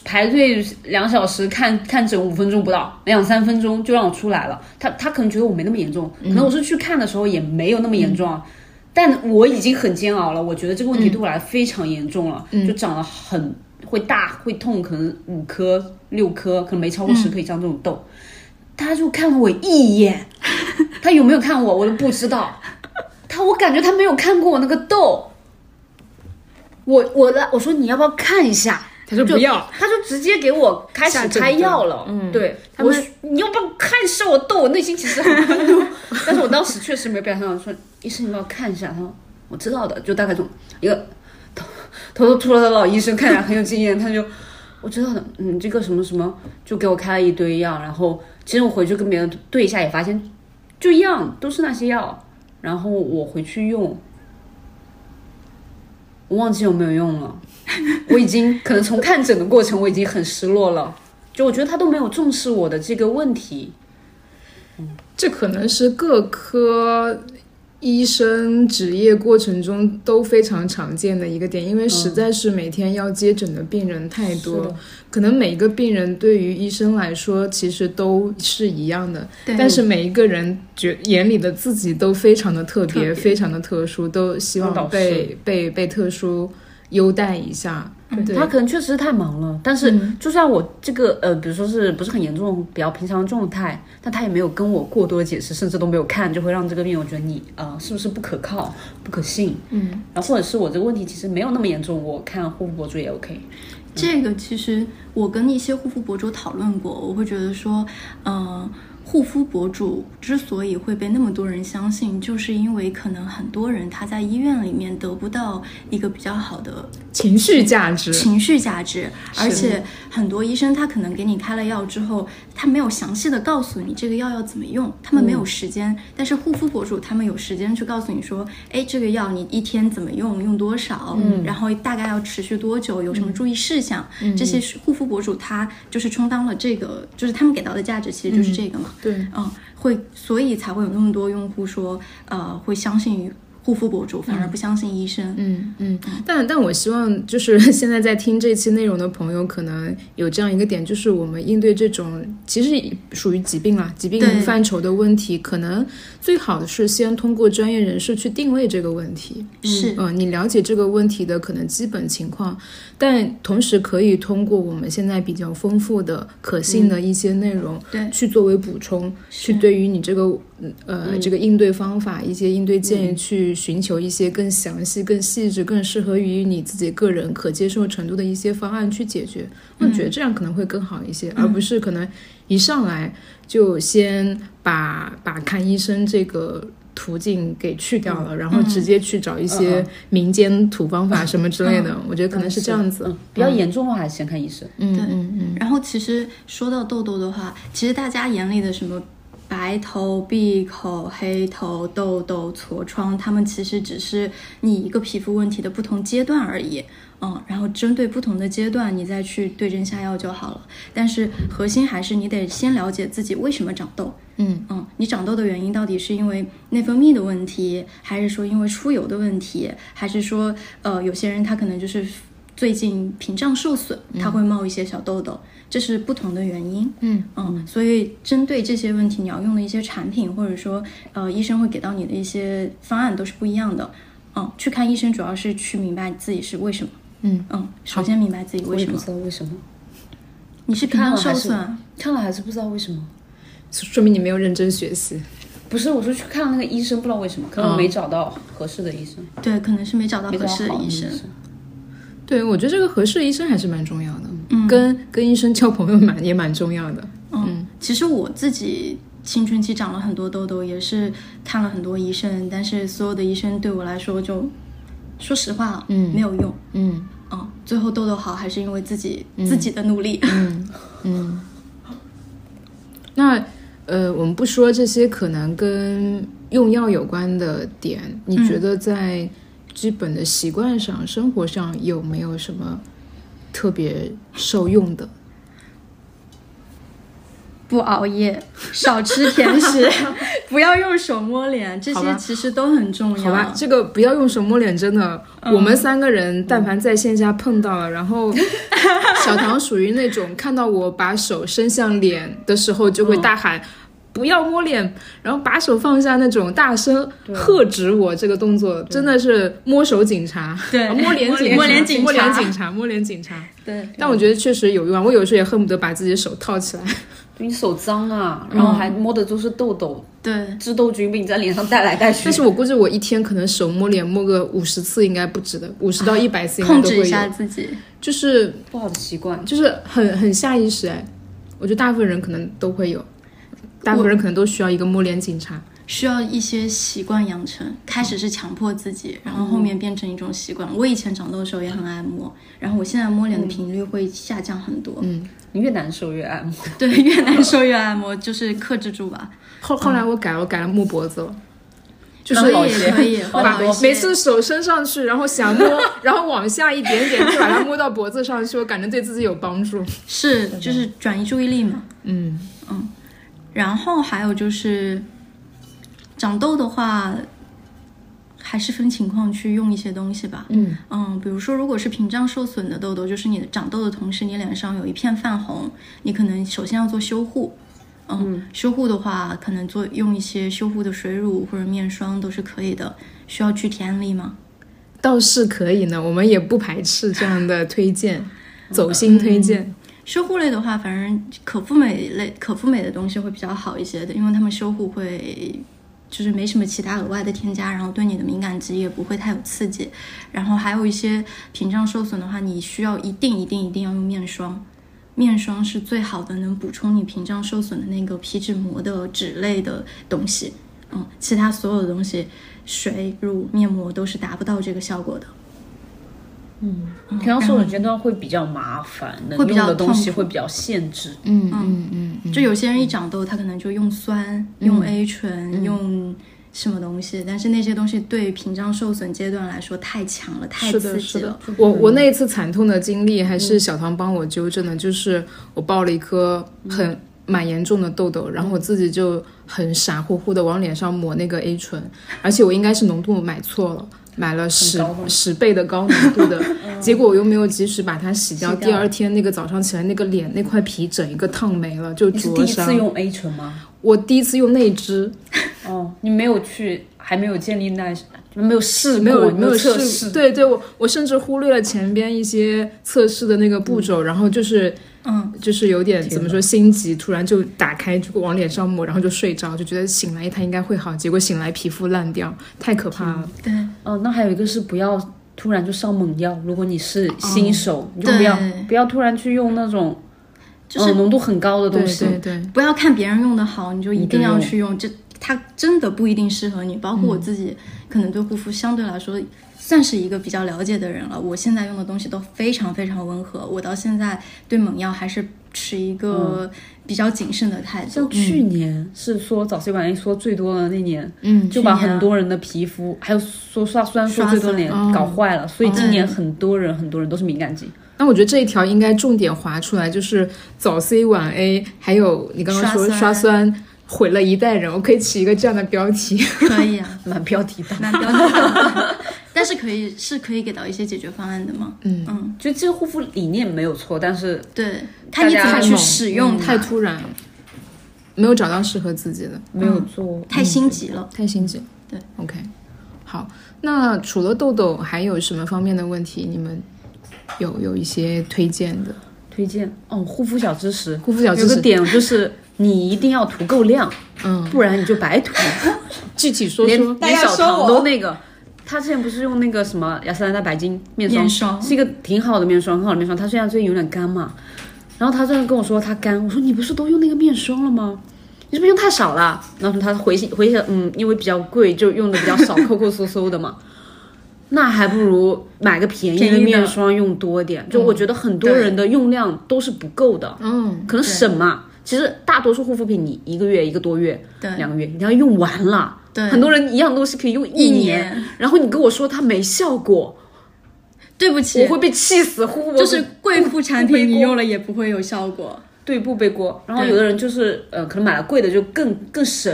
C: 排队两小时看看诊五分钟不到，两三分钟就让我出来了。他他可能觉得我没那么严重，可能我是去看的时候也没有那么严重啊。但我已经很煎熬了，我觉得这个问题对我来说非常严重了，就长了很会大会痛，可能五颗六颗，可能没超过十颗以上这种痘。他就看了我一眼，他有没有看我，我都不知道。他，我感觉他没有看过我那个痘。我我的我说你要不要看一下？
A: 他说不要，
C: 他就直接给我开始开药了。嗯，对，
A: 他
C: 我
A: 们
C: 说你要不要看一下我痘？我内心其实很愤 怒，但是我当时确实没有表现好，说医生你帮我看一下。他说我知道的，就大概这种一个头头秃了的老医生，看起来很有经验，他就我知道的，嗯，这个什么什么，就给我开了一堆药，然后其实我回去跟别人对一下，也发现就一样，都是那些药，然后我回去用。我忘记有没有用了， 我已经可能从看诊的过程我已经很失落了，就我觉得他都没有重视我的这个问题，
A: 这可能是各科医生职业过程中都非常常见的一个点，因为实在是每天要接诊的病人太多，
C: 是的
A: 可能每个病人对于医生来说其实都是一样的，
B: 对
A: 但是每一个人觉眼里的自己都非常的特别，
B: 特别
A: 非常的特殊，都希
C: 那倒
A: 望
C: 是
A: 被被被特殊优待一下。
B: 嗯
A: 对
C: 他可能确实是太忙了，但是就算我这个呃，比如说是不是很严重，比较平常的状态，但他也没有跟我过多的解释，甚至都没有看，就会让这个病人我觉得你呃是不是不可靠、不可信，嗯，然后或者是我这个问题其实没有那么严重，我看护肤博主也 OK，
B: 这个其实我跟一些护肤博主讨论过，我会觉得说，呃，护肤博主之所以会被那么多人相信，就是因为可能很多人他在医院里面得不到一个比较好的
A: 情绪价值，
B: 情绪价值，而且很多医生他可能给你开了药之后，他没有详细的告诉你这个药要怎么用，他们没有时间。但是护肤博主他们有时间去告诉你说，哎，这个药你一天怎么用，用多少，
A: 嗯
B: 然后大概要持续多久，有什么注意事项，这些是护肤博主他就是充当了这
A: 嗯
B: 个，就是他们给到的价值其实就是这个嘛。
A: 对，
B: 嗯，会，所以才会有那么多用户说，呃，会相信于护肤博主，反而不相信医生。
A: 嗯嗯，但但我希望就是现在在听这期内容的朋友，可能有这样一个点，就是我们应对这种其实属于疾病啦，疾病
B: 对
A: 范畴的问题，可能最好的是先通过专业人士去定位这个问题。
B: 是
A: 嗯、你了解这个问题的可能基本情况，但同时可以通过我们现在比较丰富的、可信的一些内容，
B: 对
A: 去作为补充，去对于你这个嗯呃、这个应对方法、一些应对建议，去寻求一些更详细、更细致、更适合于你自己个人可接受程度的一些方案去解决。我觉得这样可能会更好一些，而不是可能一上来就先把把看医生这个。途径给去掉了，然后直接去找一些民间土方法什么之类的，我觉得可能是这样子。
C: 嗯，比较严重的话还是先看医生，
A: 嗯
B: 对
A: 嗯嗯，
B: 然后其实说到痘痘的话，其实大家眼里的什么白头、闭口、黑头、痘痘、痤疮，它们其实只是你一个皮肤问题的不同阶段而已。嗯，然后针对不同的阶段，你再去对症下药就好了。但是核心还是你得先了解自己为什么长痘。
A: 嗯
B: 嗯，你长痘的原因到底是因为内分泌的问题，还是说因为出油的问题，还是说呃有些人他可能就是最近屏障受损，他会冒一些小痘
C: 嗯
B: 痘，这是不同的原因。
A: 嗯
B: 所以针对这些问题，你要用的一些产品，或者说呃医生会给到你的一些方案都是不一样的。嗯，去看医生主要是去明白自己是为什么。
A: 嗯
B: 嗯，首先明白自己为
C: 我也
B: 什
C: 不
B: 么
C: 知道为什么，
B: 你是屏
C: 看
B: 障
C: 了
B: 受
C: 还是
B: 损啊。
C: 看了还是不知道为什么。
A: 说明你没有认真学习。
C: 不是，我是去看了那个医生，不知道为什么，可能我没找到合适的医生，
B: 对，可能是没找到
C: 没找
B: 合
C: 到
B: 适的
C: 嗯好
B: 医生。
A: 对，我觉得这个合适的医生还是蛮重要的，跟跟医生交朋友蛮也蛮重要的。
B: 嗯，其实我自己青春期长了很多痘痘，也是看了很多医生，但是所有的医生对我来说就，说实话，嗯，没有用，
A: 嗯
B: 嗯，最后豆豆好还是因为自己、自己的努力。
A: 嗯那呃，我们不说这些可能跟用药有关的点，你觉得在基本的习惯上、生活上有没有什么特别受用的？
B: 不熬夜，少吃 甜食，不要用手摸脸，这些其实都很重
A: 好吧
B: 要，。
A: 这个不要用手摸脸，真的，
B: 嗯
A: 我们三个人但凡在线下碰到了，然 后小唐属于那种看到我把手伸向脸的时候就会大喊。
B: 嗯
A: 不要摸脸，然后把手放下那种大声喝止我这个动作，真的是摸手警察，
B: 对
A: 啊 摸脸警察，
B: 摸脸警察
A: 摸脸警察，摸脸警察。
B: 对，
A: 但我觉得确实有用啊，我有时候也恨不得把自己的手套起来。
C: 你手脏啊，然后还摸的都是痘痘，
B: 嗯对，
C: 治痘菌病在脸上带来带去
A: 但。是我估计我一天可能手摸脸摸个五十次应该不止的，五十到一百次应该
B: 控
A: 都
B: 制一
A: 会有。
B: 下自己。
A: 就是
C: 不好的习惯，
A: 就是很很下意识哎，我觉得大部分人可能都会有，大部分人可能都需要一个摸脸警察。
B: 需要一些习惯养成，开始是强迫自己，然后后面变成一种习惯。我以前长痘的时候也很爱摸，然后我现在摸脸的频率会下降很多。嗯，
C: 你越难受越爱摸。
B: 对，越难受越爱摸，就是克制住吧。
A: 后后来我改了，我改了摸脖子了。就是
B: 可以
C: 老一些
B: 可以，会
A: 把
B: 好一些。
A: 每次手伸上去，然后想摸， 然后往下一点点，就把它摸到脖子上去，我感觉对自己有帮助。
B: 是就是转移注意力嘛。
A: 嗯
B: 然后还有就是，长痘的话，还是分情况去用一些东西吧。
A: 嗯
B: 嗯，比如说，如果是屏障受损的痘痘，就是你的长痘的同时，你脸上有一片泛红，你可能首先要做修护。嗯，修护的话，可能做用一些修护的水乳或者面霜都是可以的。需要具体案例吗？
A: 倒是可以呢，我们也不排斥这样的推荐，走心推荐。
B: 修护类的话，反正可复美类、可复美的东西会比较好一些的，因为他们修护会就是没什么其他额外的添加，然后对你的敏感肌也不会太有刺激。然后还有一些屏障受损的话，你需要一定一定一定要用面霜，面霜是最好的能补充你屏障受损的那个皮脂膜的脂类的东西。嗯，其他所有的东西，水、乳、面膜都是达不到这个效果的。
C: 平常受的阶段会比较麻烦，
B: 嗯
C: 能
B: 会比
C: 用
B: 较
C: 的东西
B: 痛苦
C: 会比较限制。
A: 嗯嗯嗯嗯，
B: 就有些人一长痘，他可能就用酸、用
C: 嗯
B: A 醇、用什么东西，但是那些东西对屏障受损阶段来说太强了，太
A: 是的，
B: 刺
A: 是
B: 激
A: 的
B: 了。。
A: 我
C: 嗯
A: 我那一次惨痛的经历还是小唐帮我纠正的，就是我爆了一颗
C: 嗯
A: 很蛮严重的痘痘，然后我自己就很傻乎乎的往脸上抹那个 A 醇，而且我应该是浓度买错了。买了十
C: 高吗嗯
A: 十倍的高浓度的， 结果我又没有及时把它洗掉。
C: 洗掉
A: 第二天那个早上起来，那个脸那块皮整一个烫没了，就
C: 你是第
A: 灼
C: 一次
A: 伤。
C: 用 A 醇吗？
A: 我第一次用那支，
C: 哦，你没有去，还没有建立耐，没有试过，
A: 没有
C: 没
A: 有
C: 测
A: 试，
C: 试。
A: 对对，我我甚至忽略了前边一些测试的那个步骤，然后就是
B: 嗯，
A: 就是有点怎么说心急，突然就打开就往脸上抹，然后就睡着，就觉得醒来它应该会好，结果醒来皮肤烂掉，太可怕了。
B: 对
C: 哦，那还有一个是不要突然就上猛药，如果你是新手，你就
B: 哦对
C: 不要不要突然去用那种
B: 就是
C: 嗯浓度很高的
A: 对
C: 东西。
A: 对对，
B: 不要看别人用的好，你就
C: 嗯
B: 一定要去用，这它真的不一定适合你。包
C: 嗯
B: 括我自己，可能对护肤相对来说算是一个比较了解的人了。我现在用的东西都非常非常温和，我到现在对猛药还是持一个
C: 嗯
B: 比较谨慎的态度。
A: 嗯
C: 像去年是说早 C 晚 A 说最多的那年，
A: 嗯
C: 就把
B: 去年啊
C: 很多人的皮肤还有说刷酸说
B: 刷
C: 最多
B: 酸
C: 的脸
A: 嗯
C: 搞坏了，所以今年很多人很多人都是敏感肌。
A: 那我觉得这一条应该重点划出来，就是早 C 晚 A，还有你刚刚说
B: 刷酸
A: 刷酸毁了一代人，我可以起一个这样的标题。
B: 可以啊，
C: 蛮标题 党，
B: 蛮标准的，但是可以是可以给到一些解决方案的嘛？嗯嗯，
C: 就这个护肤理念没有错，但是
B: 对，看你怎么
A: 太
B: 去
A: 猛嗯
B: 使用它，
A: 太突然，没有找到适合自己的，
C: 没有做。
B: 太心急了。
A: 太心急。
B: 对
A: ，OK，好。那除了痘痘，还有什么方面的问题？你们有有一些推荐的
C: 推荐哦，护肤小知识，
A: 护肤小知
C: 有
A: 识
C: 个？点就是你一定要涂够量，
A: 嗯，
C: 不然你就白涂。
A: 具体说
C: 连
A: 说。
C: 连小唐都那个。他之前不是用那个什么雅诗兰黛白金面霜，
B: 面霜
C: 是一个挺好的面霜，很好的面霜。他虽然最近有点干嘛，然后他这样跟我说他干，我说你不是都用那个面霜了吗？你是不是用太少了？然后他回信回想，嗯，因为比较贵，就用的比较少，抠抠搜搜的嘛。 那还不如买个便宜
B: 便宜
C: 的
B: 的
C: 面霜用多
B: 嗯
C: 点。就我觉得很多
B: 对
C: 人的用量都是不够的，
A: 嗯，
C: 可能省嘛。其实大多数护肤品你一个月、一个多月、
B: 对
C: 两个月，你要用完了。
B: 对
C: 很多人一样东西可以用
B: 一
C: 年，
B: 年
C: 然后你跟我说它没效果，
B: 对不
C: 我
B: 起，
C: 会被气死。护肤
B: 就是贵妇产
C: 不背
B: 品，
C: 锅
B: 你用了也不会有效果。
C: 对不背锅，然后
B: 对
C: 有的人就是呃，可能买了贵的就更更省。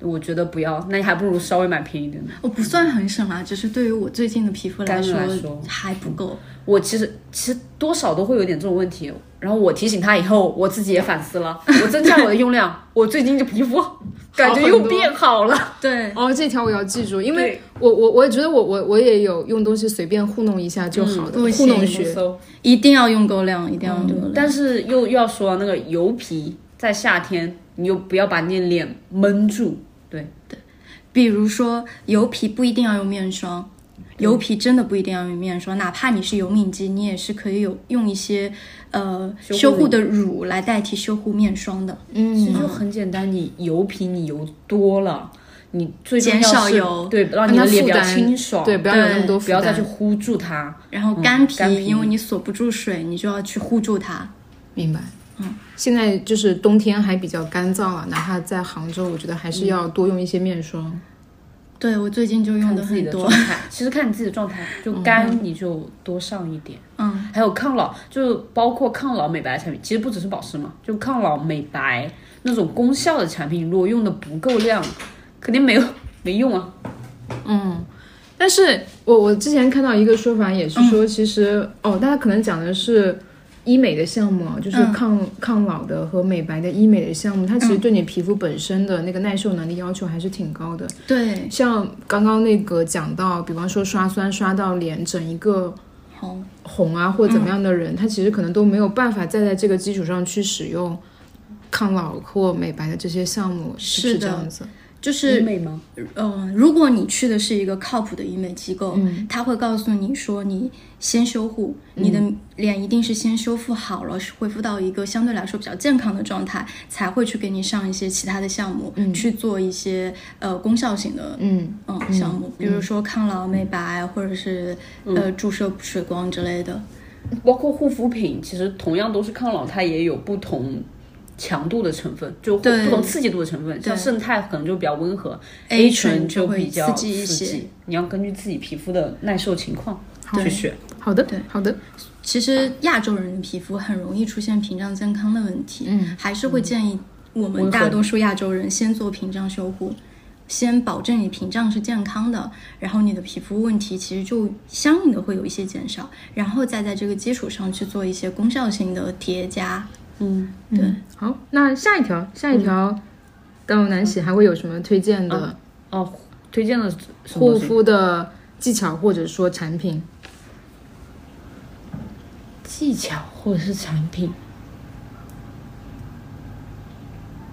C: 我觉得不要，那你还不如稍微买便宜点的。
B: 哦我不算很省啊，只是对于我最近的皮肤来说
C: 干来说
B: 还不够。
C: 我其实其实多少都会有点这种问题，然后我提醒他以后，我自己也反思了， 我增加我的用量，我最近这皮肤感觉又变好了。
B: 对，
A: 哦，这条我要记住，因为
C: 对
A: 我我我也觉得我我我也有用东西随便糊弄一下就好的，
B: 不
A: 糊
B: 行
A: 弄
C: 去
A: 学。
C: 搜，
B: 一定要用够量，一定要
C: 嗯
B: 用够量。
C: 但是又又要说那个油皮，在夏天你又不要把你的脸闷住，对，
B: 比如说油皮不一定要用面霜，油皮真的不一定要用面霜，哪怕你是油敏肌，你也是可以有用一些呃
C: 修护乳
B: 修护的乳来代替修护面霜的。
C: 其
A: 嗯，
C: 实就很简单，你油皮你油多了，你最重要
B: 减少
C: 是
B: 油
C: 对，让你
A: 它
C: 的脸
A: 负
C: 比较
A: 担
C: 清爽，
A: 对，不要有那么多负
C: 不要再
A: 担
C: 去。呼住它。
B: 然后干皮，
C: 嗯干皮
B: 因为你锁不住水，你就要去护住它。
A: 明白。嗯，现在就是冬天还比较干燥啊，哪怕在杭州，我觉得还是要多用一些面霜。
B: 对我最近就用
C: 看
B: 的
C: 自己
B: 很
C: 的
B: 多
C: 状，态， 其实看你自己的状态，就干你就多上一点，
B: 嗯，
C: 还有抗老，就包括抗老美白的产品，其实不只是保湿嘛，就抗老美白那种功效的产品，如果用的不够量，肯定没有没用啊。
A: 但是我我之前看到一个说法，也是
B: 嗯
A: 说，其实、哦，大家可能讲的是医美的项
B: 嗯
A: 目啊，就是抗、抗老的和美白的医美的项目，它其
B: 嗯
A: 实对你皮肤本身的那个耐受能力要求还是挺高的。
B: 对，
A: 像刚刚那个讲到，比方说刷酸刷到脸整一个
B: 好，
A: 红啊或者怎么样的
B: 嗯
A: 人，他其实可能都没有办法再在这个基础上去使用抗老或美白的这些项目，是不
B: 是
A: 是这
B: 的
A: 样子？
B: 就是
C: 医美吗？
B: 嗯，如果你去的是一个靠谱的医美机构，他会告诉你说，你先修护，你的脸一定是先修复好了，恢复到一个相对来说比较健康的状态，才会去给你上一些其他的项目，去做一些呃功效型的
A: 嗯，
B: 嗯项目，比如说抗老美白，或者是、呃注射水光之类的。
C: 包括护肤品，其实同样都是抗老，它也有不同强度的成分，就不
B: 对
C: 同刺激度的成分。像胜肽可能就比较温和
B: A 醇
C: 醇就
B: 就会
C: 比较
B: 刺激一些
C: 激你要根据自己皮肤的耐受情况去选。
A: 好的，好的，
B: 其实亚洲人的皮肤很容易出现屏障增康的问题，嗯，还是会建议我们大多数亚洲人先做屏障修护，先保证你屏障是健康的，然后你的皮肤问题其实就相应的会有一些减少，然后再在这个基础上去做一些功效性的叠加。
A: 嗯，好，那下一条，下一
B: 嗯
A: 条，高友南喜还会有什么推荐的
C: 哦，推荐了什么
A: 护
C: 东西？
A: 肤的技巧或者说产品？
C: 技巧或者是产品？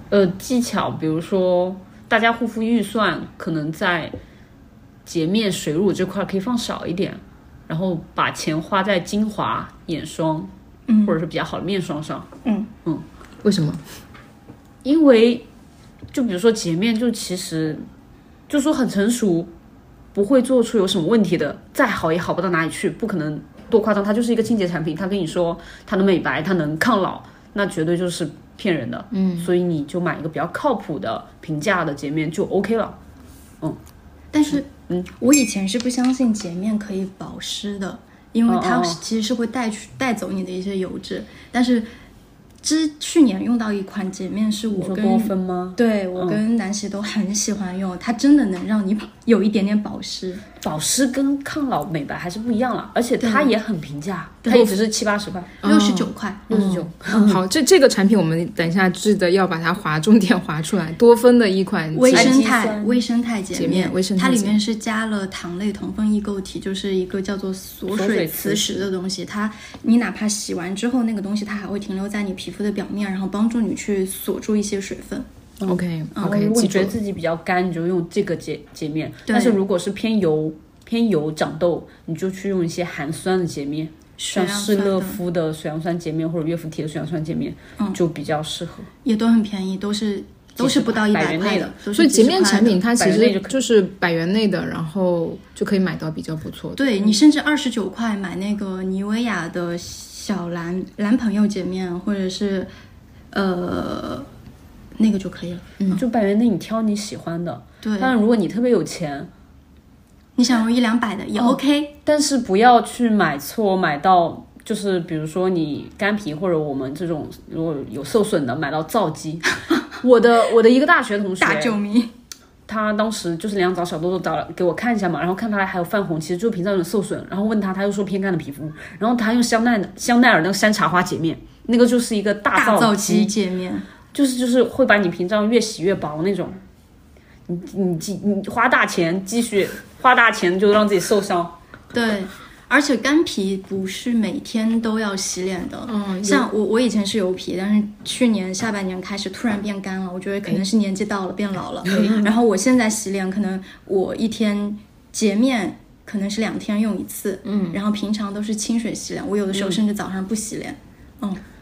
C: 呃，技巧，比如说大家护肤预算可能在洁面水乳这块可以放少一点，然后把钱花在精华、眼霜，嗯，或者是比较好的面霜上。
A: 为什么？
C: 因为就比如说洁面，就其实就说很成熟，不会做出有什么问题的，再好也好不到哪里去，不可能多夸张。它就是一个清洁产品，它跟你说它能美白，它能抗老，那绝对就是骗人的。嗯，所以你就买一个比较靠谱的、平价的洁面就 OK 了。
B: 但是，嗯，我以前是不相信洁面可以保湿的，因为
C: 哦
B: 它
C: 哦
B: 是其实是会带去带走你的一些油脂，但是。之去年用到一款洁面，是
C: 你
B: 我
C: 说
B: 跟
C: 多芬吗？
B: 对我跟南希都很喜欢用，它真的能让你有一点点保湿。
C: 保湿跟抗老美白还是不一样了，而且它也很平价，
B: 对
C: 它也只是七八十块，
B: 六十九块，
C: 六十九。
B: 嗯
A: 好，这这个产品我们等一下记得要把它划重点划出来，多芬的一款
B: 微
A: 洁
B: 生
C: 氨基
B: 态
C: 酸
B: 微生态洁
A: 洁面微生态
B: 它里
A: 洁
B: 面是加了糖类同分异构体，就是一个叫做锁
C: 锁水
B: 水
C: 磁
B: 磁石的东西。它你哪怕洗完之后，那个东西它还会停留在你皮肤的表面，然后帮助你去锁住一些水分。
A: OK
B: 嗯
C: 然后
A: OK，
C: 如果
A: 记
C: 你
A: 住
C: 觉得
A: 了。
C: 自己比较干，你就用这个洁洁面。
B: 对
C: 但是如果是偏油、偏油长痘，你就去用一些含酸的洁面，
B: 水
C: 像
B: 杨
C: 士
B: 酸
C: 乐
B: 的嗯
C: 肤的水杨酸洁面或者悦肤缇的水杨酸洁面，就比较适合。
B: 也都很便宜，都是都是不到一
C: 百
B: 百
C: 元
B: 块
C: 内
B: 的，都是
A: 所以洁
B: 几十
A: 面
B: 块
A: 产
B: 的
A: 品它其
C: 百元内
A: 实
C: 就可以
A: 就是百元内的，然后就可以买到比较不错的。
B: 对你甚至二十九块买那个妮维雅的小蓝蓝朋友洁面，或者是呃那个就可以了。
C: 就百元内你挑你喜欢的。
B: 嗯对，
C: 当然，如果你特别有钱，
B: 你想用一两百的也 OK，、
C: 但是不要去买错，买到就是比如说你干皮或者我们这种如果有受损的，买到皂基。 我的我的一个大学同学，
B: 大救命！
C: 他当时就是两找小豆豆找了给我看一下嘛，然后看他还有泛红，其实就是屏障有点受损，然后问他，他又说偏干的皮肤，然后他用香奈香奈儿那个山茶花洁面，那个就是一个大
B: 大
C: 皂
B: 皂基洁面，
C: 就是就是会把你屏障越洗越薄那种，你你积你花大钱积蓄，花大钱就让自己受伤，
B: 对。而且干皮不是每天都要洗脸的，
A: 嗯
B: 像我我以前是油皮，但是去年下半年开始突然变干了，我觉得可能是年纪到了变老了。然后我现在洗脸，可能我一天洁面可能是两天用一次，嗯，然后平常都是清水洗脸，我有的时候甚至早上不洗脸，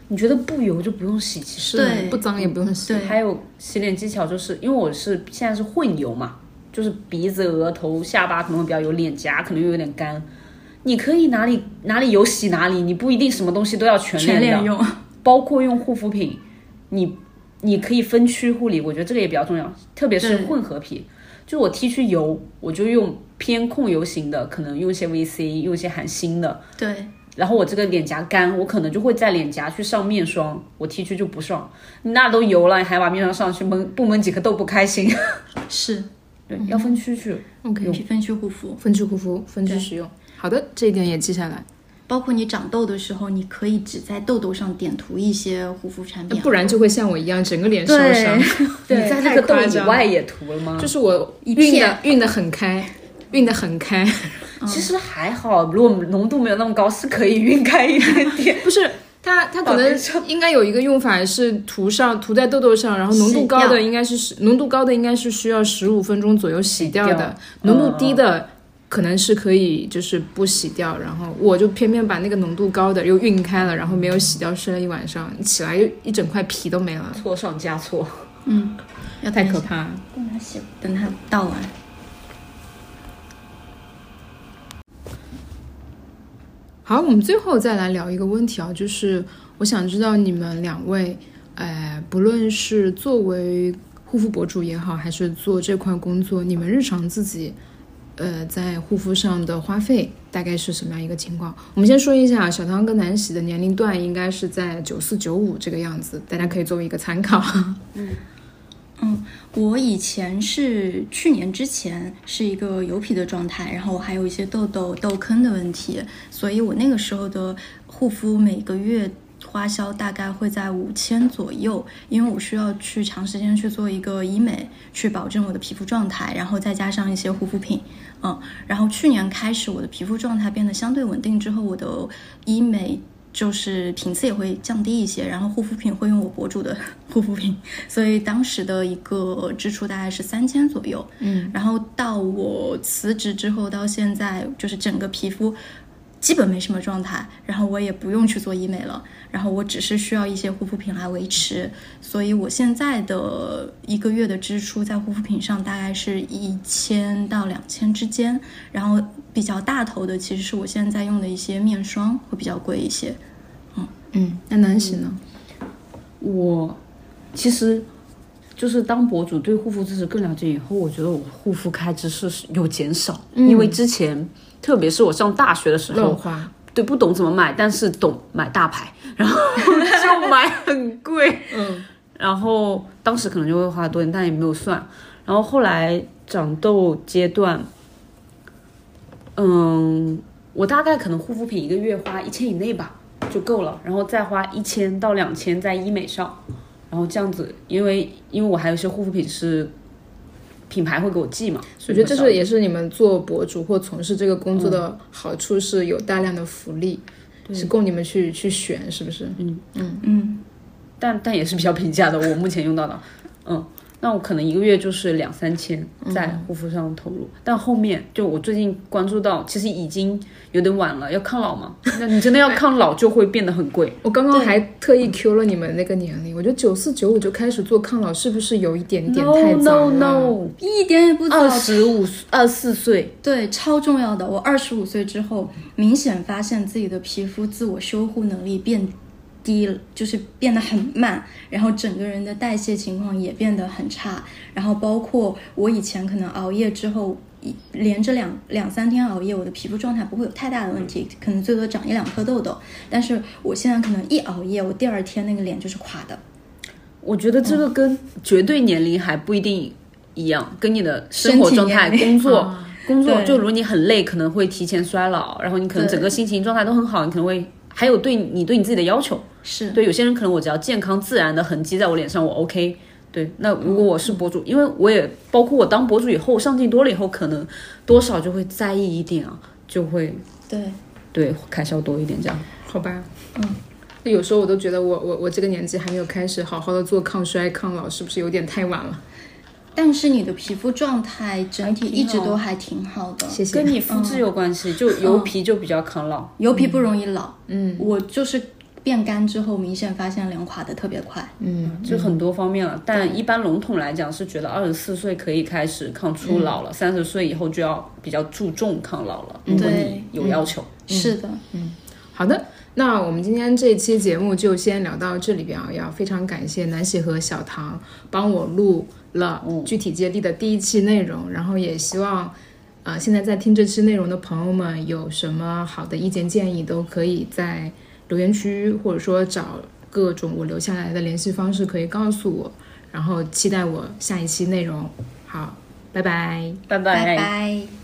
C: 你觉得不油就不用洗，其实
A: 是
B: 对
A: 不脏也不用洗。
B: 对
C: 还有洗脸技巧，就是因为我是现在是混油嘛，就是鼻子、额头、下巴可能会比较油，脸颊可能又有点干。你可以哪里哪里油洗哪里，你不一定什么东西都要全
B: 全
C: 脸
B: 脸
C: 的，
B: 用。
C: 包括用护肤品，你你可以分区护理，我觉得这个也比较重要，特别是
B: 对
C: 混合皮。就我 T 区油，我就用偏控油型的，可能用一些 VC，用一些含锌的。
B: 对，
C: 然后我这个脸颊干，我可能就会在脸颊去上面霜，我 T 区就不上。你那都油了，你还把面霜上去闷，不闷几颗痘不开心。
B: 是
C: 对，要分区去。
A: OK，
B: 皮分区护肤，
A: 分区护肤，分区使用。好的，这一点也记下来，
B: 包括你长痘的时候，你可以只在痘痘上点涂一些护肤产品，啊
A: 不然就会像我一样整个脸烧伤。
C: 你在那
A: 呃太
C: 个痘
A: 夸
C: 以
A: 张
C: 外也涂了吗？
A: 就是我熨的熨的很开，熨的很 开，
C: 其实还好，如果浓度没有那么高，是可以晕开一点 点。
A: 不是。哦它它可
C: 宝贝
A: 能应该有一个用法是涂上涂在痘痘上，然后浓度
B: 洗
A: 高
B: 掉
A: 的应该是十浓度高的应该是需要十五分钟左右洗掉
C: 掉
A: 的，浓度
C: 嗯
A: 低的可能是可以就是不洗掉，然后我就偏偏把那个浓度高的又熨开了，然后没有洗掉，睡了一晚上，起来又一整块皮都没了，
C: 错上加错，
B: 要
A: 太
B: 等一
A: 可
B: 下，
A: 怕了。
B: 等它洗，等它倒完。
A: 好，我们最后再来聊一个问题啊，就是我想知道你们两位，呃，不论是作为护肤博主也好，还是做这块工作，你们日常自己，呃，在护肤上的花费大概是什么样一个情况？我们先说一下，小汤跟南喜的年龄段应该是在九四九五这个样子，大家可以作为一个参考。
B: 嗯我以前是去年之前是一个油皮的状态，然后我还有一些痘痘、痘坑的问题，所以我那个时候的护肤每个月花销大概会在五千左右，因为我需要去长时间去做一个医美，去保证我的皮肤状态，然后再加上一些护肤品，嗯，然后去年开始我的皮肤状态变得相对稳定之后，我的医美。就是频次也会降低一些，然后护肤品会用我博主的护肤品，所以当时的一个支出大概是三千左右。嗯，然后到我辞职之后到现在，就是整个皮肤基本没什么状态，然后我也不用去做医美了，然后我只是需要一些护肤品来维持，所以我现在的一个月的支出在护肤品上大概是一千到两千之间，然后比较大头的其实是我现在用的一些面霜会比较贵一些，
A: 嗯， 那南喜呢？
C: 我其实就是当博主对护肤知识更了解以后，我觉得我护肤开支是有减少，因为之前特别是我上大学的时
A: 乱
C: 候，
A: 花，
C: 对不懂怎么买，但是懂买大牌，然后 就买很贵，
A: 嗯，
C: 然后当时可能就会花多点，但也没有算。然后后来长痘阶段，嗯，我大概可能护肤品一个月花一千以内吧就够了，然后再花一千到两千在医美上，然后这样子，因为因为我还有一些护肤品是品牌会给我寄嘛，
A: 我
C: 所以
A: 觉得这
C: 会少
A: 是也是你们做博主或从事这个工作的好处，是有大量的福利，是供你们去去选，是不是？
B: 嗯。
C: 但但也是比较平价的，我目前用到的，嗯。那我可能一个月就是两三千
A: 嗯
C: 在护肤上投入，但后面就我最近关注到，其实已经有点晚了，要抗老嘛。那你真的要抗老，就会变得很贵。
A: 我刚刚还特意 Q 了你们那个年龄，我觉得九四九五就开始做抗老，是不是有一点点
C: No
A: 太早
C: no
A: 了
C: no，
B: 一点也不早
C: 二。十五二四岁，
B: 对，超重要的。我二十五岁之后，明显发现自己的皮肤自我修护能力变低了，就是变得很慢，然后整个人的代谢情况也变得很差，然后包括我以前可能熬夜之后。一连着两两三天熬夜，我的皮肤状态不会有太大的问题，
C: 嗯
B: 可能最多长一两颗痘痘。但是我现在可能一熬夜，我第二天那个脸就是垮的。
C: 我觉得这
A: 嗯
C: 个跟绝对年龄还不一定一样，跟你的生活状态、
B: 身体
C: 工作、
A: 啊
C: 工作，
B: 对
C: 就如果你很累，可能会提前衰老，然后你可能整个心情状态都很好，你可能会还有对你对你自己的要求。
B: 是
C: 对有些人可能我只要健康自然的痕迹在我脸上，我 OK。对，那如果我是博主，因为我也包括我当博主以后上镜多了以后，可能多少就会在意一点啊，就会
B: 对，
C: 对开销多一点这样。
A: 好吧，嗯，有时候我都觉得我我我这个年纪还没有开始好好的做抗衰抗老，是不是有点太晚了？
B: 但是你的皮肤状态整体
C: 还挺
B: 一直
C: 好
B: 都还挺好的。
A: 谢谢
C: 跟。你肤质有关系，就油皮就比较抗老。
B: 油皮不容易老。嗯，我就是变干之后，明显发现脸垮的特别快。
C: 就很多方面了，但一般笼统来讲是觉得二十四岁可以开始抗初老了，三十、岁以后就要比较注重抗老了。如果你有要求，
B: 是的，
A: 好的，那我们今天这期节目就先聊到这里边啊，要非常感谢南喜和小唐帮我录了具体接力的第一期内容，然后也希望。啊、现在在听这期内容的朋友们，有什么好的意见建议，都可以在留言区，或者说找各种我留下来的联系方式，可以告诉我。然后期待我下一期内容。好，拜拜。
C: 拜
B: 拜拜。